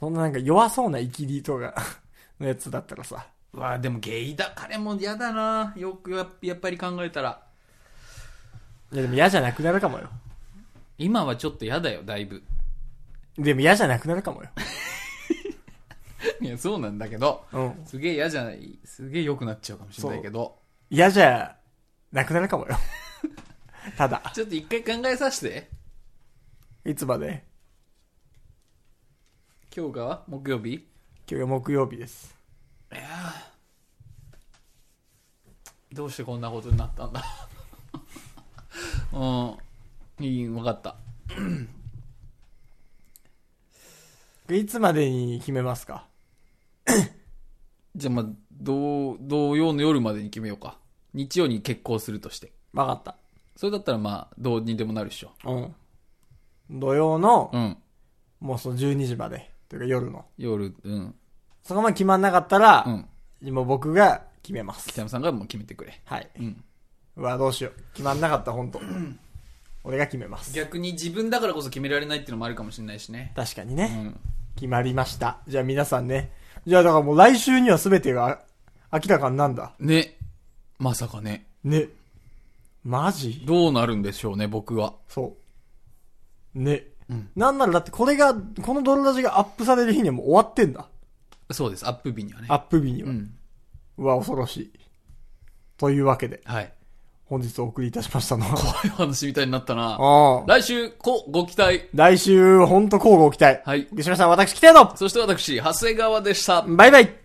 そんななんか弱そうなイキリとか [laughs] のやつだったらさ、
うわあでもゲイだ。彼も嫌だな。よくややっぱり考えたら。
いやでも嫌じゃなくなるかもよ。
今はちょっと嫌だよ、だいぶ。
でも嫌じゃなくなるかもよ。
[laughs] いや、そうなんだけど。
うん。
すげえ嫌じゃない。すげえ良くなっちゃうかもしれないけど。
嫌じゃなくなるかもよ。 [laughs] ただ、
ちょっと一回考えさせて。
いつまで
今日が木曜日
今日が木曜日です。
どうしてこんなことになったんだ [laughs] うん。いい、わかった。
いつまでに決めますか
じゃあまあ、同、同様の夜までに決めようか。日曜に決行するとして。
わかっ
それだったらまあ、どうにでもなるでしょ。
た。うん。土曜の、
うん。
もうその12時まで。というか夜の。
夜、うん。
そこまで決まんなかったら
う、ん。
もう僕が決めます。
北山さんがもう決めてくれ。
はい。
うん。
うわ、どうしよう。決まんなかった、 [clears throat] 本当俺が決めます。
逆に自分だからこそ決められないっていうのもあるかもしれないしね。
確かに
う
ね、
ん。
決まりました。じゃあ皆さんね。じゃあだからもう来週には全てが明らかになんだ。
ね。まさかね。
ね。マジ
どうなるんでしょうね、僕は。
そう。ね。
うん
なんならだってこれが、このドロラジがアップされる日にはもう終わってんだ。
そうです、アップ日にはね。
アップ日に
う。
は。うんわ、恐ろしい。というわけで、
はい。
本日お送りいたしましたの
怖
は。
い話みたいになったな。
ああ。
来週、こ、ご期待。
来週、ほんと交互期待。
はい。
で、しまさん、私、来ての
そして私、長谷川でした。
バイバイ